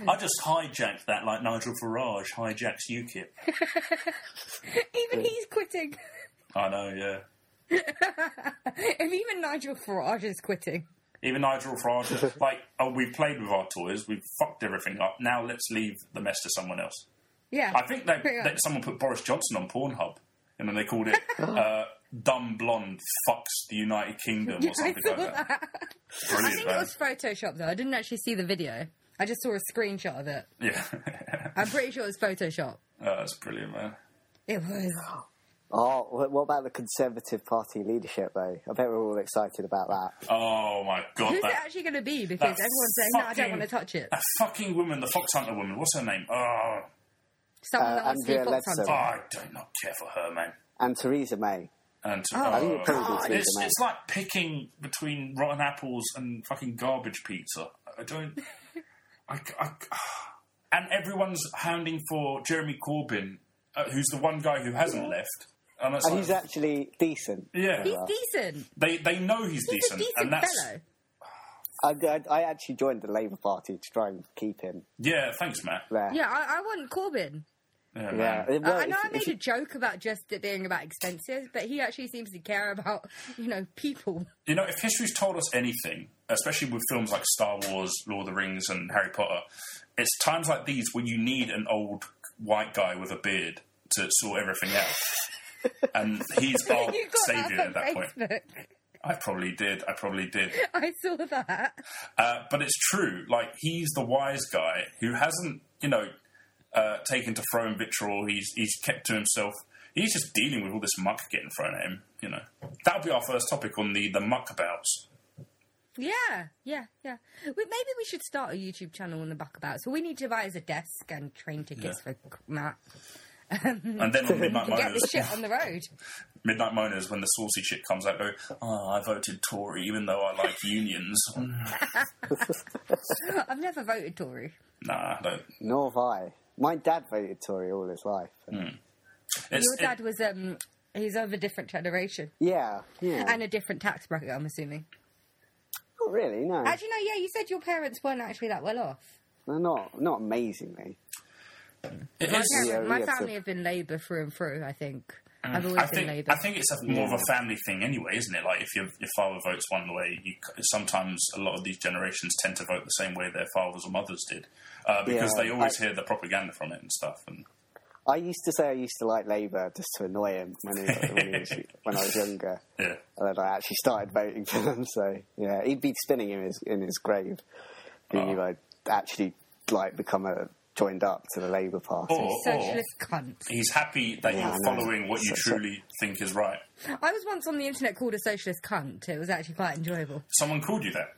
Speaker 2: I just hijacked that, like Nigel Farage hijacks UKIP.
Speaker 1: Even he's quitting.
Speaker 2: I know, yeah.
Speaker 1: If even Nigel Farage is quitting.
Speaker 2: Even Nigel Farage, like, oh, we've played with our toys, we've fucked everything up. Now let's leave the mess to someone else.
Speaker 1: Yeah.
Speaker 2: I think they,
Speaker 1: Pretty much.
Speaker 2: that someone put Boris Johnson on Pornhub, and then they called it
Speaker 1: Oh.
Speaker 2: uh, "Dumb Blonde Fucks the United Kingdom" or
Speaker 1: I
Speaker 2: something
Speaker 1: saw
Speaker 2: like that.
Speaker 1: that. I
Speaker 2: Brilliant,
Speaker 1: think it
Speaker 2: man.
Speaker 1: was Photoshop, though. I didn't actually see the video. I just saw a screenshot of it.
Speaker 2: Yeah,
Speaker 1: I'm pretty sure it was Photoshop.
Speaker 2: Oh, that's brilliant, man.
Speaker 1: It was.
Speaker 3: Oh, wh- what about the Conservative Party leadership, though? I bet we're all excited about that.
Speaker 2: Oh my god,
Speaker 1: Who's it
Speaker 2: that,
Speaker 1: actually going to be? Because everyone's saying, no, I don't
Speaker 2: fucking-
Speaker 1: want to touch it.
Speaker 2: that fucking woman, the fox hunter woman. What's her name? Oh,
Speaker 1: Someone
Speaker 3: Uh,
Speaker 1: that wants to be
Speaker 3: Andrea
Speaker 1: fox
Speaker 3: Leadsom.
Speaker 1: hunting.
Speaker 2: I do not care for her, man.
Speaker 3: And Theresa May.
Speaker 2: And to,
Speaker 1: Oh,
Speaker 2: oh,
Speaker 3: think it probably
Speaker 2: God.
Speaker 3: is,
Speaker 2: it's,
Speaker 3: mate.
Speaker 2: it's like picking between rotten apples and fucking garbage pizza. I don't. I, I- and everyone's hounding for Jeremy Corbyn, uh, who's the one guy who hasn't left. And it's
Speaker 3: And
Speaker 2: like,
Speaker 3: he's actually decent.
Speaker 2: yeah,
Speaker 1: He's decent.
Speaker 2: they they know he's,
Speaker 1: He's a
Speaker 2: decent,
Speaker 1: decent
Speaker 2: and that's
Speaker 1: fellow.
Speaker 3: I, I, I actually joined the Labour Party to try and keep him
Speaker 2: yeah. Thanks, Matt.
Speaker 3: there.
Speaker 1: Yeah, I, I want Corbyn.
Speaker 2: Yeah,
Speaker 3: Yeah.
Speaker 2: man.
Speaker 3: It-
Speaker 1: I-
Speaker 3: well,
Speaker 1: I know
Speaker 3: if-
Speaker 1: I
Speaker 3: if
Speaker 1: made
Speaker 3: you-
Speaker 1: a joke about just it being about expenses, but he actually seems to care about, you know, people.
Speaker 2: You know, if history's told us anything, especially with films like Star Wars, Lord of the Rings, and Harry Potter, it's times like these when you need an old white guy with a beard to sort everything out. and he's our
Speaker 1: you got
Speaker 2: savior
Speaker 1: that
Speaker 2: Oh, at
Speaker 1: on
Speaker 2: that point.
Speaker 1: Facebook.
Speaker 2: I probably did. I probably did.
Speaker 1: I saw that.
Speaker 2: Uh, but it's true. Like he's the wise guy who hasn't, you know, uh, taken to throwing vitriol. He's he's kept to himself. He's just dealing with all this muck getting thrown at him. You know, that'll be our first topic on the the muckabouts.
Speaker 1: Yeah, yeah, yeah. We, maybe we should start a YouTube channel on the Buckabouts. So we need to buy us a desk and train tickets for Matt.
Speaker 2: And then on midnight
Speaker 1: Get this
Speaker 2: moaners,
Speaker 1: shit on the road.
Speaker 2: midnight moaners, when the saucy shit comes out, go, oh, I voted Tory even though I like unions.
Speaker 1: Mm. I've never voted Tory.
Speaker 2: nah, I don't.
Speaker 3: Nor have I. My dad voted Tory all his life.
Speaker 2: It's,
Speaker 1: Your
Speaker 2: it-
Speaker 1: dad was um, he's of a different generation
Speaker 3: Yeah, yeah.
Speaker 1: and a different tax bracket. I'm assuming.
Speaker 3: not really, no.
Speaker 1: Actually, no. Yeah, you said your parents weren't actually that well off.
Speaker 3: No, not, not amazingly.
Speaker 2: it
Speaker 1: My,
Speaker 2: is-
Speaker 1: parents,
Speaker 3: Yeah,
Speaker 1: my
Speaker 3: yeah,
Speaker 1: family
Speaker 3: so-
Speaker 1: have been Labour through and through. I think I've always
Speaker 2: Mm. I
Speaker 1: been
Speaker 2: think
Speaker 1: Labour.
Speaker 2: I think it's a, more of a family thing anyway, isn't it? Like if your your father votes one way, you, c- sometimes a lot of these generations tend to vote the same way their fathers or mothers did, uh, because
Speaker 3: Yeah,
Speaker 2: they always
Speaker 3: I-
Speaker 2: hear the propaganda from it and stuff. And
Speaker 3: I used to say I used to like Labour just to annoy him when, he, when, he was, when I was younger.
Speaker 2: yeah,
Speaker 3: And then I actually started voting for them. So yeah, he'd be spinning in his in his grave. He
Speaker 2: Oh.
Speaker 3: knew I'd actually like become a joined up to the Labour Party.
Speaker 2: or, or
Speaker 1: Socialist cunt.
Speaker 2: he's happy that
Speaker 3: Yeah, I
Speaker 2: you're
Speaker 3: know.
Speaker 2: following what you
Speaker 3: So- so-
Speaker 2: truly think is right.
Speaker 1: I was once on the internet called a socialist cunt. It was actually quite enjoyable.
Speaker 2: Someone called you that.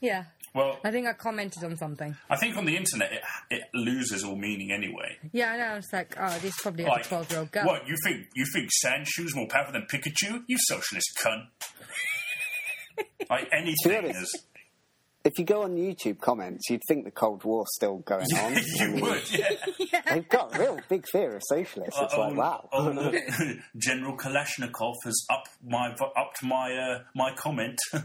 Speaker 1: Yeah.
Speaker 2: Well,
Speaker 1: I think I commented on something.
Speaker 2: I think on the internet it, it loses all meaning anyway.
Speaker 1: Yeah, I know. I was like, oh, this is probably
Speaker 2: Like,
Speaker 1: a 12 year old girl.
Speaker 2: what you think? You think Sanshu's more powerful than Pikachu? You socialist cunt! like anything
Speaker 3: honest-
Speaker 2: is.
Speaker 3: If you go on YouTube comments, you'd think the Cold War's still going on. I
Speaker 2: you
Speaker 3: mean,
Speaker 2: would, yeah.
Speaker 3: They've got a real big fear of socialists. It's like
Speaker 2: oh,
Speaker 3: wow.
Speaker 2: oh, look, General Kalashnikov has up my vo- upped my uh, my comment.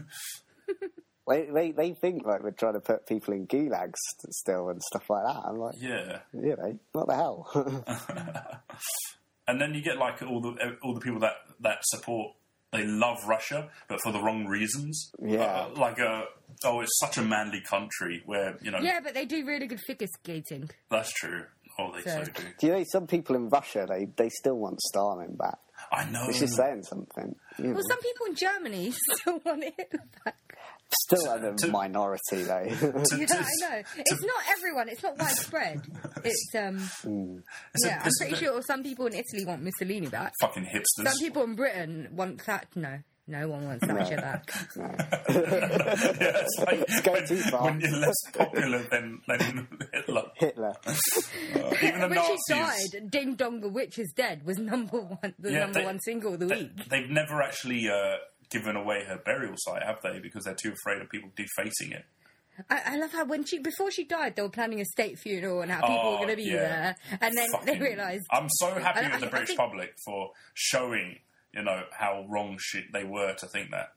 Speaker 3: They, they they think like we're trying to put people in gulags st- still and stuff like that. I'm like,
Speaker 2: yeah,
Speaker 3: you know, what the hell?
Speaker 2: and then you get like all the all the people that that support. They love Russia, but for the wrong reasons.
Speaker 3: Yeah.
Speaker 2: Uh, like uh oh, it's such a manly country where you know
Speaker 1: Yeah, but they do really good figure skating.
Speaker 2: that's true. Oh, they
Speaker 1: So-
Speaker 2: so do.
Speaker 3: Do you know some people in Russia? They they still want Stalin back.
Speaker 2: I know.
Speaker 3: It's just saying something. you know.
Speaker 1: Well, some people in Germany still want it.
Speaker 3: Still a
Speaker 2: to-
Speaker 3: minority though.
Speaker 2: To-
Speaker 1: yeah,
Speaker 2: to-
Speaker 1: I know. It's not everyone. It's not widespread. It's um.
Speaker 2: it's a-
Speaker 1: Yeah, I'm
Speaker 2: it's a
Speaker 1: pretty
Speaker 2: bit-
Speaker 1: sure some people in Italy want Mussolini back.
Speaker 2: Fucking hipsters.
Speaker 1: Some people in Britain want that. No, no one wants Thatcher back.
Speaker 2: yeah, it's like
Speaker 3: It's going too far.
Speaker 2: When you're less popular than, than Hitler.
Speaker 3: Hitler.
Speaker 2: Even the
Speaker 1: when
Speaker 2: Nazis.
Speaker 1: she died, "Ding Dong, the Witch is Dead" was number one, the
Speaker 2: Yeah,
Speaker 1: number
Speaker 2: they-
Speaker 1: one single of the
Speaker 2: They,
Speaker 1: week.
Speaker 2: they've never actually uh, given away her burial site, have they? Because they're too afraid of people defacing it.
Speaker 1: I, I love how when she before she died, they were planning a state funeral and how people
Speaker 2: Oh,
Speaker 1: were going to be
Speaker 2: yeah.
Speaker 1: there, and then
Speaker 2: Fucking-
Speaker 1: they realised.
Speaker 2: I'm so happy
Speaker 1: I-
Speaker 2: with the
Speaker 1: I- I
Speaker 2: British
Speaker 1: think-
Speaker 2: public for showing, you know, how wrong shit they were to think that.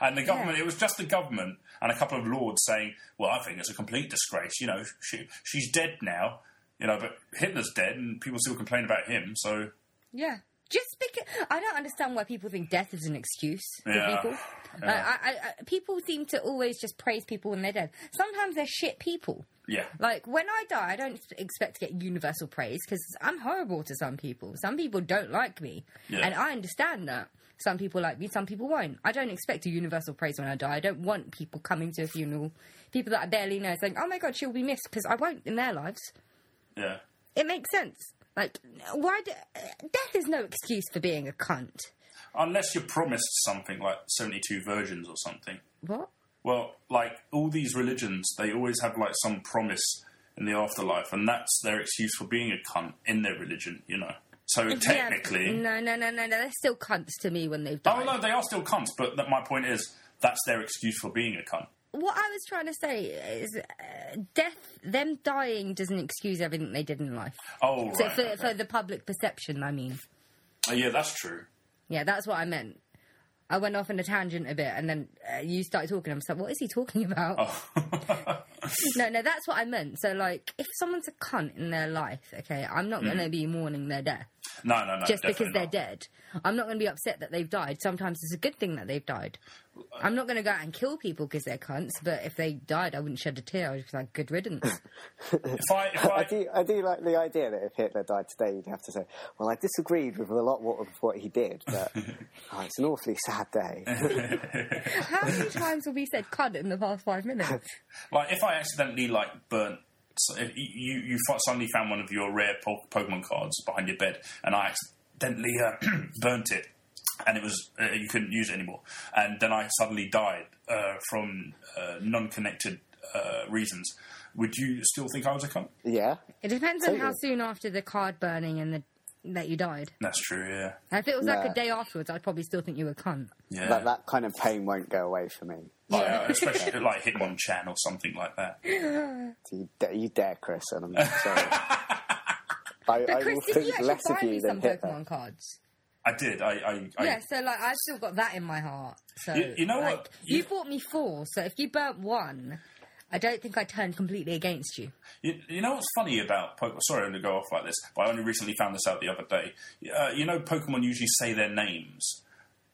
Speaker 2: And the government,
Speaker 1: Yeah.
Speaker 2: it was just the government and a couple of lords saying, well, I think it's a complete disgrace. You know, she, she's dead now, you know, but Hitler's dead and people still complain about him, so.
Speaker 1: Yeah. Just because I don't understand why people think death is an excuse for
Speaker 2: Yeah.
Speaker 1: people. Uh, I, I, I, people seem to always just praise people when they're dead. Sometimes they're shit people.
Speaker 2: Yeah.
Speaker 1: Like when I die, I don't s- expect to get universal praise because I'm horrible to some people. Some people don't like me,
Speaker 2: Yeah.
Speaker 1: and I understand that. Some people like me, some people won't. I don't expect a universal praise when I die. I don't want people coming to a funeral, people that I barely know, saying, "Oh my god, she'll be missed," because I won't in their lives.
Speaker 2: Yeah.
Speaker 1: It makes sense. Like why? Do, uh, death is no excuse for being a cunt.
Speaker 2: Unless you're promised something like 72 virgins or something.
Speaker 1: What?
Speaker 2: Well, like all these religions, they always have like some promise in the afterlife, and that's their excuse for being a cunt in their religion, you know. So technically,
Speaker 1: Yeah, no, no, no, no, no. They're still cunts to me when they've died.
Speaker 2: oh no, they are still cunts. But that, my point is, that's their excuse for being a cunt.
Speaker 1: what I was trying to say is uh, death, them dying doesn't excuse everything they did in life.
Speaker 2: Oh
Speaker 1: So
Speaker 2: right,
Speaker 1: for,
Speaker 2: okay.
Speaker 1: for the public perception, I mean.
Speaker 2: Oh, yeah, that's true.
Speaker 1: Yeah, that's what I meant. I went off on a tangent a bit and then uh, you started talking. I'm just like, what is he talking about?
Speaker 2: Oh.
Speaker 1: no, no, that's what I meant. So, like, if someone's a cunt in their life, okay, I'm
Speaker 2: Hmm.
Speaker 1: not going to be mourning their death
Speaker 2: No, no, no.
Speaker 1: just because
Speaker 2: definitely
Speaker 1: they're
Speaker 2: not.
Speaker 1: dead. I'm not going to be upset that they've died. Sometimes it's a good thing that they've died. I'm not going to go out and kill people because they're cunts, but if they died, I wouldn't shed a tear. I was just like, good riddance.
Speaker 2: If I, if
Speaker 3: I
Speaker 2: I,
Speaker 3: do, I do like the idea that if Hitler died today, you'd have to say, "Well, I disagreed with a lot of what- what he did, but oh, it's an awfully sad day."
Speaker 1: How many times have we said cunt in the past five minutes?
Speaker 2: like, if I accidentally like burnt. So if you you you fo- suddenly found one of your rare po- Pokemon cards behind your bed, and I accidentally uh, burnt it, and it was uh, you couldn't use it anymore. And then I suddenly died uh, from uh, non-connected uh, reasons. Would you still think I was a cunt?
Speaker 3: yeah,
Speaker 1: It depends on how
Speaker 3: Totally.
Speaker 1: soon after the card burning and the, that you died.
Speaker 2: That's true. Yeah.
Speaker 1: Now, if it was like
Speaker 3: Nah.
Speaker 1: a day afterwards, I'd probably still think you were cunt.
Speaker 2: Yeah.
Speaker 3: but that kind of pain won't go away for me.
Speaker 2: Like, uh, especially like Hitmonchan or something like that.
Speaker 3: Do you, da- you dare, Chris, and I'm sorry. I,
Speaker 1: But
Speaker 3: I
Speaker 1: Chris,
Speaker 3: will
Speaker 1: did you
Speaker 3: think
Speaker 1: actually
Speaker 3: less
Speaker 1: buy
Speaker 3: of
Speaker 1: me
Speaker 3: you
Speaker 1: some
Speaker 3: than Hitler.
Speaker 1: Pokemon cards?
Speaker 2: I did. I. I, I
Speaker 1: yeah, so like I've still got that in my heart. So
Speaker 2: You- you know
Speaker 1: like,
Speaker 2: what?
Speaker 1: You,
Speaker 2: You-
Speaker 1: bought me four, so if you burnt one, I don't think I turned completely against you.
Speaker 2: You, you know what's funny about Pokemon? Sorry, I'm going to go off like this, but I only recently found this out the other day. Uh, you know, Pokemon usually say their names,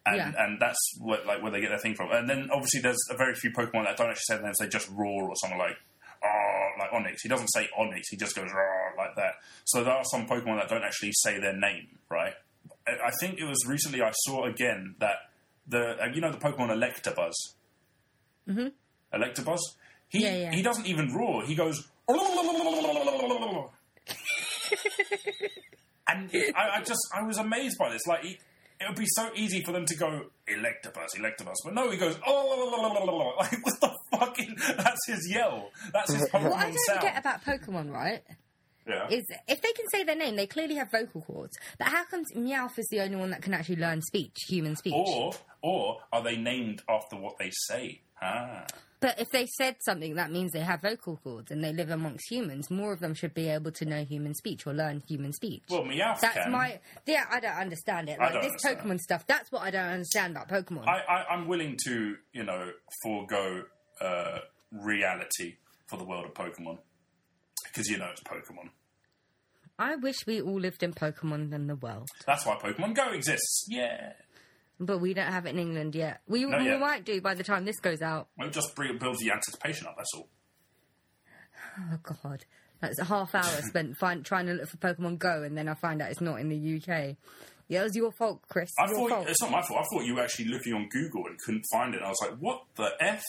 Speaker 2: and
Speaker 1: Yeah.
Speaker 2: and that's what, like where they get their thing from. And then obviously there's a very few Pokemon that don't actually say their names; they just roar or something like ah, like Onyx. He doesn't say Onyx; he just goes roar like that. So there are some Pokemon that don't actually say their name, right? I, I think it was recently I saw again that the uh, you know the Pokemon Electabuzz. Mm-hmm. Electabuzz. He
Speaker 1: Yeah, yeah.
Speaker 2: he doesn't even roar. He goes. and I, I just I was amazed by this. Like he, it would be so easy for them to go Electabuzz, Electabuzz, but no, he goes oh like what the fucking that's his yell. That's his Pokemon
Speaker 1: What I don't
Speaker 2: sound.
Speaker 1: get about Pokemon, right?
Speaker 2: yeah.
Speaker 1: Is if they can say their name, they clearly have vocal cords. But how comes Meowth is the only one that can actually learn speech, human speech?
Speaker 2: or or are they named after what they say? Ah.
Speaker 1: But if they said something, that means they have vocal cords and they live amongst humans. More of them should be able to know human speech or learn human speech.
Speaker 2: Well, Meowth
Speaker 1: that's
Speaker 2: can.
Speaker 1: my yeah. I don't understand it.
Speaker 2: I
Speaker 1: Like
Speaker 2: don't
Speaker 1: this
Speaker 2: understand.
Speaker 1: Pokemon stuff. That's what I don't understand about Pokemon.
Speaker 2: I, I, I'm willing to, you know, forego uh, reality for the world of Pokemon because you know it's Pokemon.
Speaker 1: I wish we all lived in Pokemon than the world,
Speaker 2: That's why Pokemon Go exists. Yeah,
Speaker 1: but we don't have it in England yet. We,
Speaker 2: Not
Speaker 1: we
Speaker 2: yet.
Speaker 1: might do by the time this goes out.
Speaker 2: we'll just bring, build the anticipation up. That's all.
Speaker 1: Oh God, that's a half hour spent find, trying to look for Pokemon Go, and then I find out it's not in the UK. Yeah, it was your fault, Chris.
Speaker 2: I
Speaker 1: your
Speaker 2: thought
Speaker 1: fault.
Speaker 2: it's not my fault. I thought you were actually looking on Google and couldn't find it. I was like, what the f?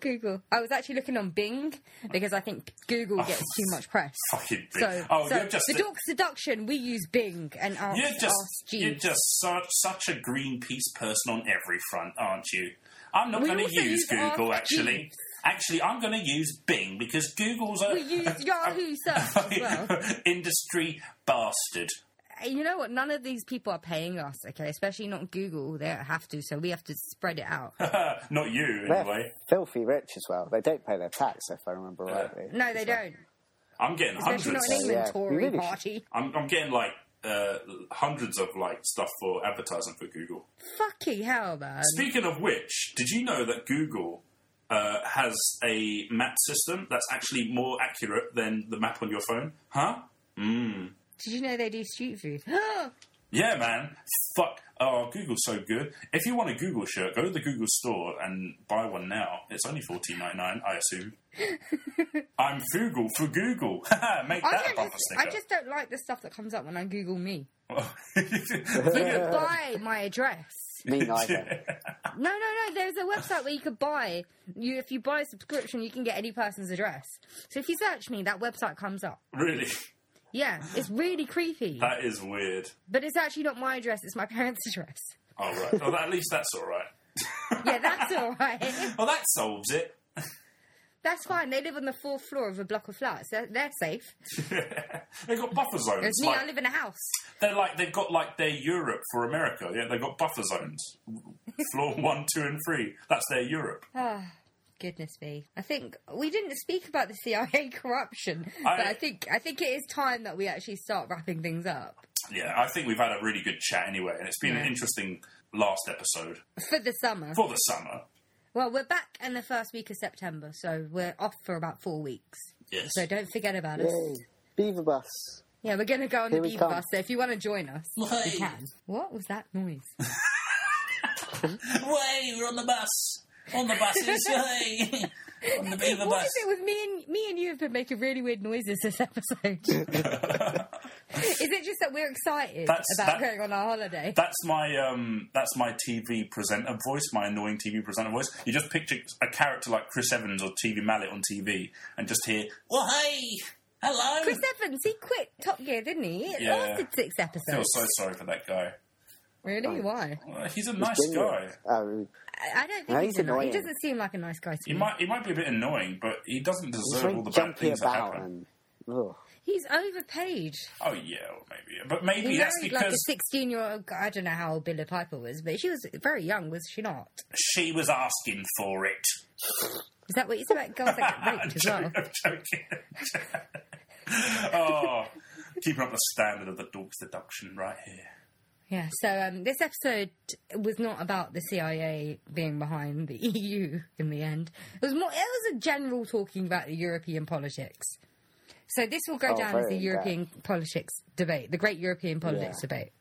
Speaker 1: Google. I was actually looking on Bing because I think Google gets too much press.
Speaker 2: Fucking Bing.
Speaker 1: So,
Speaker 2: Oh,
Speaker 1: so
Speaker 2: you're just
Speaker 1: the
Speaker 2: a-
Speaker 1: dork seduction. We use Bing and ask,
Speaker 2: You're just
Speaker 1: ask
Speaker 2: you're
Speaker 1: Jeeves.
Speaker 2: just such, such a Greenpeace person on every front, aren't you? I'm not
Speaker 1: We
Speaker 2: going to
Speaker 1: also
Speaker 2: use
Speaker 1: use
Speaker 2: Google
Speaker 1: Ask
Speaker 2: actually.
Speaker 1: Jeeves.
Speaker 2: Actually, I'm going to use Bing because Google's a
Speaker 1: We use Yahoo search as well.
Speaker 2: industry bastard.
Speaker 1: And you know what? None of these people are paying us, okay? Especially not Google. They don't have to, so we have to spread it out.
Speaker 2: Uh, Not you,
Speaker 3: They're
Speaker 2: anyway.
Speaker 3: filthy rich as well. They don't pay their tax, if I remember rightly.
Speaker 1: No, they don't.
Speaker 2: I'm getting
Speaker 1: Especially
Speaker 2: hundreds.
Speaker 1: not an England
Speaker 3: Yeah,
Speaker 1: Tory
Speaker 3: we really should.
Speaker 1: party.
Speaker 2: I'm, I'm getting like uh, hundreds of like stuff for advertising for Google.
Speaker 1: Mm. Fucking hell, man.
Speaker 2: Speaking of which, did you know that Google uh, has a map system that's actually more accurate than the map on your phone? Huh?
Speaker 1: Did you know they do street food?
Speaker 2: Yeah, man. Fuck. Oh, Google's so good. If you want a Google shirt, go to the Google store and buy one now. It's only fourteen ninety nine, I assume. I'm frugal for Google. Make
Speaker 1: I,
Speaker 2: that a
Speaker 1: don't
Speaker 2: bumper
Speaker 1: just, I
Speaker 2: sticker.
Speaker 1: just don't like the stuff that comes up when I Google me. You
Speaker 2: Well,
Speaker 1: can buy my address.
Speaker 3: Me neither.
Speaker 1: No, no, no. There's a website where you could buy. You, if you buy a subscription, you can get any person's address. So if you search me, that website comes up.
Speaker 2: really,
Speaker 1: Yeah, it's really creepy.
Speaker 3: Uh,
Speaker 2: that is weird.
Speaker 1: But it's actually not my address. It's my parents' address.
Speaker 2: All right. Well, at least that's all right.
Speaker 1: Yeah, that's all right.
Speaker 2: Well, that solves it.
Speaker 1: That's fine. They live on the fourth floor of a block of flats. They're, they're safe.
Speaker 2: They've got buffer zones.
Speaker 1: It's me.
Speaker 2: like-
Speaker 1: I live in a house.
Speaker 2: They're like they've got like their Europe for America. Yeah, they've got buffer zones. Floor one, two, and three. That's their Europe.
Speaker 1: Goodness me. I think we didn't speak about the CIA corruption,
Speaker 2: I-
Speaker 1: but I think I think it is time that we actually start wrapping things up.
Speaker 2: Yeah, I think we've had a really good chat anyway, and it's been an
Speaker 1: Yeah.
Speaker 2: interesting last episode
Speaker 1: For the summer.
Speaker 2: for the summer.
Speaker 1: Well, we're back in the first week of September, so we're off for about four weeks.
Speaker 2: Yes.
Speaker 1: So don't forget about us.
Speaker 3: Yay. Beaver Bus.
Speaker 1: Yeah, we're going to go on the
Speaker 3: Here we
Speaker 1: beaver
Speaker 3: come.
Speaker 1: bus, so if you want to join us,
Speaker 5: Hey.
Speaker 1: you can. What was that noise?
Speaker 5: Way, we're on the bus. On the buses, hey. on the beaver
Speaker 1: What
Speaker 5: bus.
Speaker 1: is it with me and me and you have been making really weird noises this episode? is it just that we're excited
Speaker 2: That's-
Speaker 1: about
Speaker 2: that-
Speaker 1: going on our holiday?
Speaker 2: That's my um, that's my TV presenter voice, my annoying TV presenter voice. You just picture a character like Chris Evans or TV Mallet on TV, and just hear
Speaker 5: Well, hey. Hello.
Speaker 1: Chris Evans, he quit Top Gear, didn't he? It
Speaker 2: Yeah.
Speaker 1: lasted six
Speaker 2: I feel
Speaker 1: episodes.
Speaker 2: so sorry for that guy.
Speaker 1: Really? Why?
Speaker 2: Uh, he's a nice
Speaker 3: Bingo.
Speaker 2: guy.
Speaker 3: Oh,
Speaker 1: I, I don't think
Speaker 3: No,
Speaker 1: he's annoying.
Speaker 3: he's
Speaker 1: He
Speaker 3: annoying.
Speaker 1: doesn't seem like a nice guy to
Speaker 2: He
Speaker 1: me.
Speaker 2: might he might be a bit annoying, but he doesn't
Speaker 3: he's
Speaker 2: deserve
Speaker 3: very
Speaker 2: all the bad
Speaker 3: jumpy
Speaker 2: things that
Speaker 3: about
Speaker 2: happen.
Speaker 3: and. Ugh.
Speaker 1: He's overpaid.
Speaker 2: Oh yeah, well, maybe, but maybe
Speaker 1: He
Speaker 2: that's
Speaker 1: married
Speaker 2: Oh, because
Speaker 1: like a 16 year old. I don't know how old Billy Piper was, but she was very young, was she not?
Speaker 2: she was asking for it.
Speaker 1: Is that what you said about girls that get raped as well?
Speaker 2: I'm joking. oh, keeping up the standard of the dog's deduction right here.
Speaker 1: Yeah. So um, this episode was not about the CIA being behind the EU in the end. It was more. It was a general talking about the European politics. So this will go
Speaker 3: Oh,
Speaker 1: down as the
Speaker 3: very in-depth.
Speaker 1: European politics debate, the great European politics debate.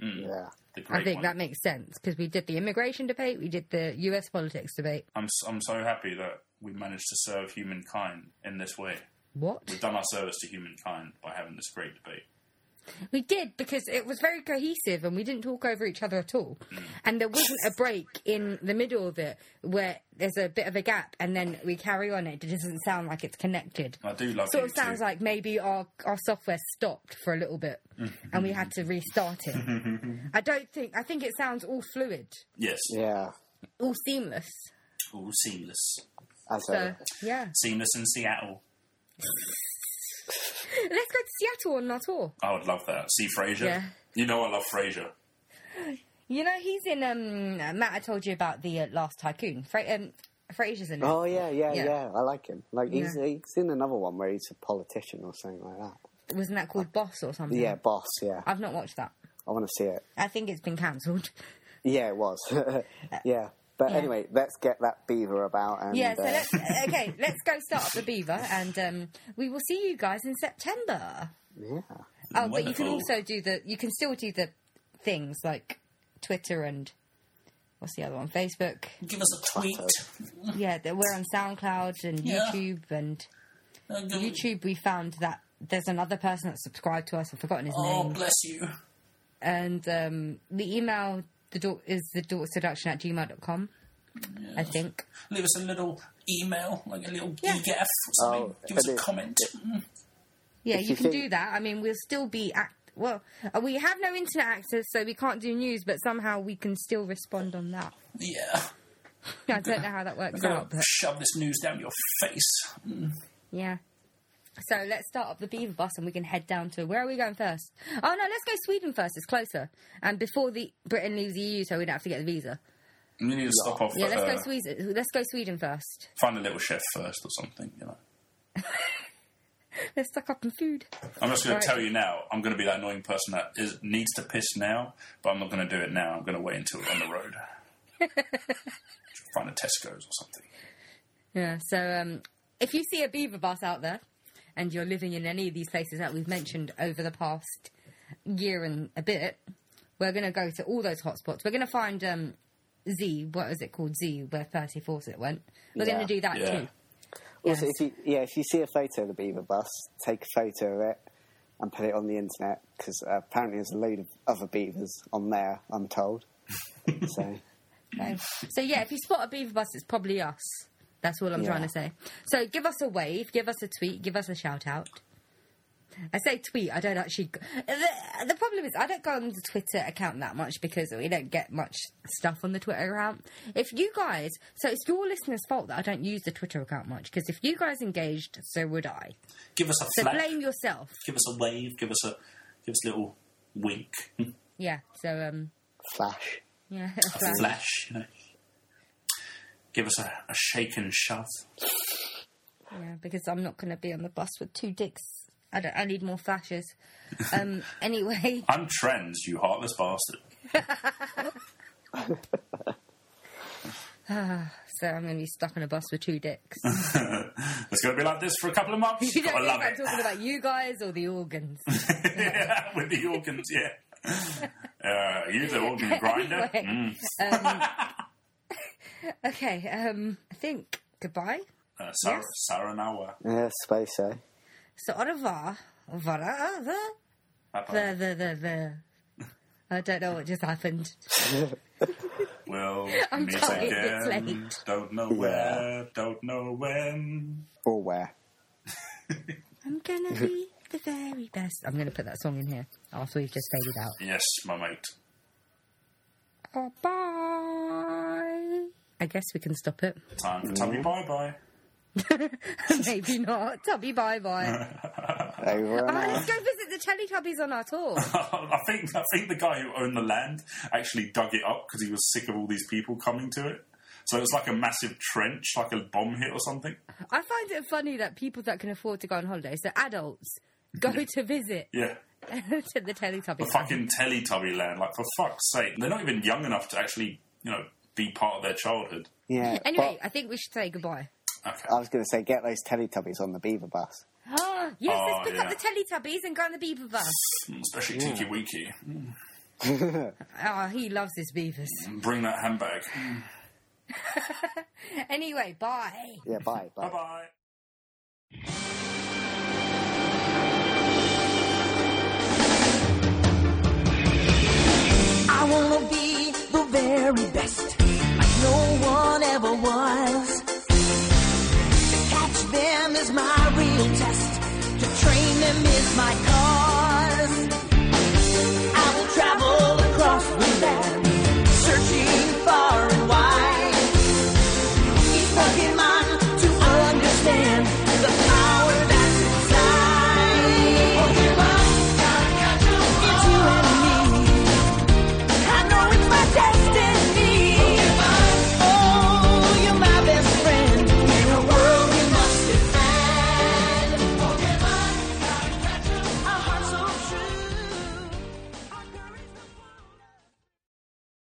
Speaker 2: Hmm.
Speaker 3: Yeah.
Speaker 1: I
Speaker 2: The great
Speaker 1: think
Speaker 2: one.
Speaker 1: that makes sense because we did the immigration debate, we did the US politics debate.
Speaker 2: I'm, s- I'm so happy that we managed to serve humankind in this way.
Speaker 1: What?
Speaker 2: We've done our service to humankind by having this great debate.
Speaker 1: We did because it was very cohesive and we didn't talk over each other at all. And there wasn't a break in the middle of it where there's a bit of a gap and then we carry on. It doesn't sound like it's connected.
Speaker 2: I do love
Speaker 1: Sort
Speaker 2: you
Speaker 1: of sounds
Speaker 2: two.
Speaker 1: like maybe our, our software stopped for a little bit and we had to restart it. I don't think, I think it sounds all fluid,
Speaker 2: Yes.
Speaker 3: Yeah.
Speaker 1: all seamless.
Speaker 2: All seamless.
Speaker 3: As
Speaker 1: So,
Speaker 3: a,
Speaker 1: yeah.
Speaker 2: Seamless in Seattle.
Speaker 1: Let's go to Seattle on our tour.
Speaker 2: I would love that. See Frasier?
Speaker 1: Yeah.
Speaker 2: You know I love Frasier.
Speaker 1: You know, he's in. Um, Matt, I told you about the uh, last tycoon. Fra- um, Frasier's in it.
Speaker 3: oh yeah, yeah,
Speaker 1: Yeah.
Speaker 3: yeah, I like him. Like he's
Speaker 1: Yeah.
Speaker 3: he's in another one where he's a politician or something like that.
Speaker 1: Wasn't that called Boss or something?
Speaker 3: Yeah, boss. Yeah,
Speaker 1: I've not watched that.
Speaker 3: I want to see it.
Speaker 1: I think it's been cancelled.
Speaker 3: Yeah, it was. yeah, but
Speaker 1: Yeah.
Speaker 3: anyway, let's get that beaver about. And,
Speaker 1: Yeah, so
Speaker 3: uh,
Speaker 1: let's. Okay, let's go start up the beaver, and um, we will see you guys in September.
Speaker 3: yeah,
Speaker 1: Oh, but you can
Speaker 2: Wonderful.
Speaker 1: also do the. You can still do the things like Twitter and. What's the other one? Facebook.
Speaker 5: Give us a tweet.
Speaker 1: Yeah, that we're on SoundCloud and
Speaker 5: Yeah.
Speaker 1: YouTube and
Speaker 5: Uh, give-
Speaker 1: YouTube. We found that there's another person that subscribed to us. I've forgotten his name.
Speaker 5: Oh, bless you.
Speaker 1: and um, the email the door is the door seduction at gmail.com i think
Speaker 5: Leave us a little email, like a little
Speaker 2: E
Speaker 1: Yeah.
Speaker 5: EGF or something.
Speaker 3: Oh,
Speaker 5: Give us a
Speaker 3: it is.
Speaker 5: comment.
Speaker 1: yeah
Speaker 3: If
Speaker 1: you can
Speaker 3: you think-
Speaker 1: do that i mean we'll still be at well uh, we have no internet access so we can't do news but somehow we can still respond on that
Speaker 5: Yeah.
Speaker 1: i don't know how that works
Speaker 5: Gonna
Speaker 1: out but
Speaker 5: shove this news down your face.
Speaker 1: yeah so let's start up the beaver bus and we can head down to where are we going first oh no let's go sweden first it's closer and before the britain leaves the eu so we don't have to get the visa
Speaker 2: We need to stop off
Speaker 1: yeah
Speaker 2: at,
Speaker 1: let's
Speaker 2: uh,
Speaker 1: go sweden let's go sweden first
Speaker 2: find a little chef first or something, you know.
Speaker 1: let's stock up on food
Speaker 2: I'm just going
Speaker 1: Right.
Speaker 2: to tell you now. I'm going to be that annoying person that is, needs to piss now, but I'm not going to do it now. I'm going to wait until we're on the road. Find a Tesco's or something.
Speaker 1: Yeah, so um, if you see a beaver bus out there and you're living in any of these places that we've mentioned over the past year and a bit, we're going to go to all those hotspots. We're going to find um, Z, what is it called? Z, where 30 Fawcett went. We're going
Speaker 3: Yeah.
Speaker 1: to do that
Speaker 2: Yeah.
Speaker 1: too.
Speaker 3: Also,
Speaker 1: Yes.
Speaker 3: if you yeah, if you see a photo of the beaver bus, take a photo of it and put it on the internet because uh, apparently there's a load of other beavers on there. I'm told. so
Speaker 1: So, so yeah, if you spot a beaver bus, it's probably us. That's all I'm
Speaker 3: Yeah.
Speaker 1: trying to say. So give us a wave, give us a tweet, give us a shout out. I say tweet. I don't actually. Go, the, the problem is I don't go on the Twitter account that much because we don't get much stuff on the Twitter account. If you guys, so it's your listeners' fault that I don't use the Twitter account much because if you guys engaged, so would I.
Speaker 5: Give us a
Speaker 1: So
Speaker 5: flag.
Speaker 1: blame yourself.
Speaker 5: Give us a wave. Give us a give us a little wink.
Speaker 1: Yeah. So um.
Speaker 3: flash.
Speaker 1: Yeah.
Speaker 5: Flash. You know. Give us a, a shake and shove.
Speaker 1: Yeah, because I'm not going to be on the bus with two dicks. I don't. I need more flashes. Um. anyway.
Speaker 2: I'm trends, you heartless bastard.
Speaker 1: So I'm going to be stuck on a bus with two dicks.
Speaker 2: It's going to be like this for a couple of months.
Speaker 1: you don't
Speaker 2: Gotta
Speaker 1: know
Speaker 2: love
Speaker 1: if I'm
Speaker 2: it.
Speaker 1: talking about you guys or the organs.
Speaker 2: With the organs, yeah. Uh, you the organ grinder.
Speaker 1: Anyway.
Speaker 2: Mm.
Speaker 1: Um, Okay, um, I think goodbye.
Speaker 2: Uh, Sar-
Speaker 1: Yes.
Speaker 2: Saranawa.
Speaker 3: Yeah, I suppose so.
Speaker 1: So au revoir. Au revoir. The, the,
Speaker 2: Papa.
Speaker 1: the, the, the. I don't know what just happened.
Speaker 2: Well,
Speaker 1: I'm
Speaker 2: meet
Speaker 1: sorry, it's
Speaker 2: again.
Speaker 1: late.
Speaker 2: Don't know where, don't know when.
Speaker 3: Or where?
Speaker 1: I'm gonna be the very best. I'm gonna put that song in here after we've just faded out.
Speaker 2: Yes, my mate.
Speaker 1: Oh, bye. I guess we can stop it.
Speaker 2: Time for tummy bye bye.
Speaker 1: Maybe not. Tubby, bye bye.
Speaker 3: Over
Speaker 1: Oh,
Speaker 3: and out.
Speaker 1: let's go visit the Teletubbies on our tour.
Speaker 2: I think I think the guy who owned the land actually dug it up because he was sick of all these people coming to it. So it was like a massive trench, like a bomb hit or something.
Speaker 1: I find it funny that people that can afford to go on holiday, so adults, go to visit
Speaker 2: Yeah.
Speaker 1: to the Teletubby.
Speaker 2: The fucking Teletubby land. Like, for fuck's sake, they're not even young enough to actually, you know, be part of their childhood.
Speaker 3: Yeah.
Speaker 1: Anyway, I think we should say goodbye.
Speaker 2: Okay.
Speaker 3: but I was going to say, get those Teletubbies on the Beaver bus.
Speaker 1: Ah, yes,
Speaker 2: Oh,
Speaker 1: let's pick
Speaker 2: yeah.
Speaker 1: up the Teletubbies and go on the Beaver bus.
Speaker 2: Mm, Especially Tiki Wiki.
Speaker 1: Oh, he loves his beavers.
Speaker 2: Bring that handbag.
Speaker 1: Anyway, bye.
Speaker 3: Yeah, bye. Bye.
Speaker 2: Bye bye.
Speaker 6: I wanna be the very best, like no one ever was. To catch them is my real test, to train them is my Oh,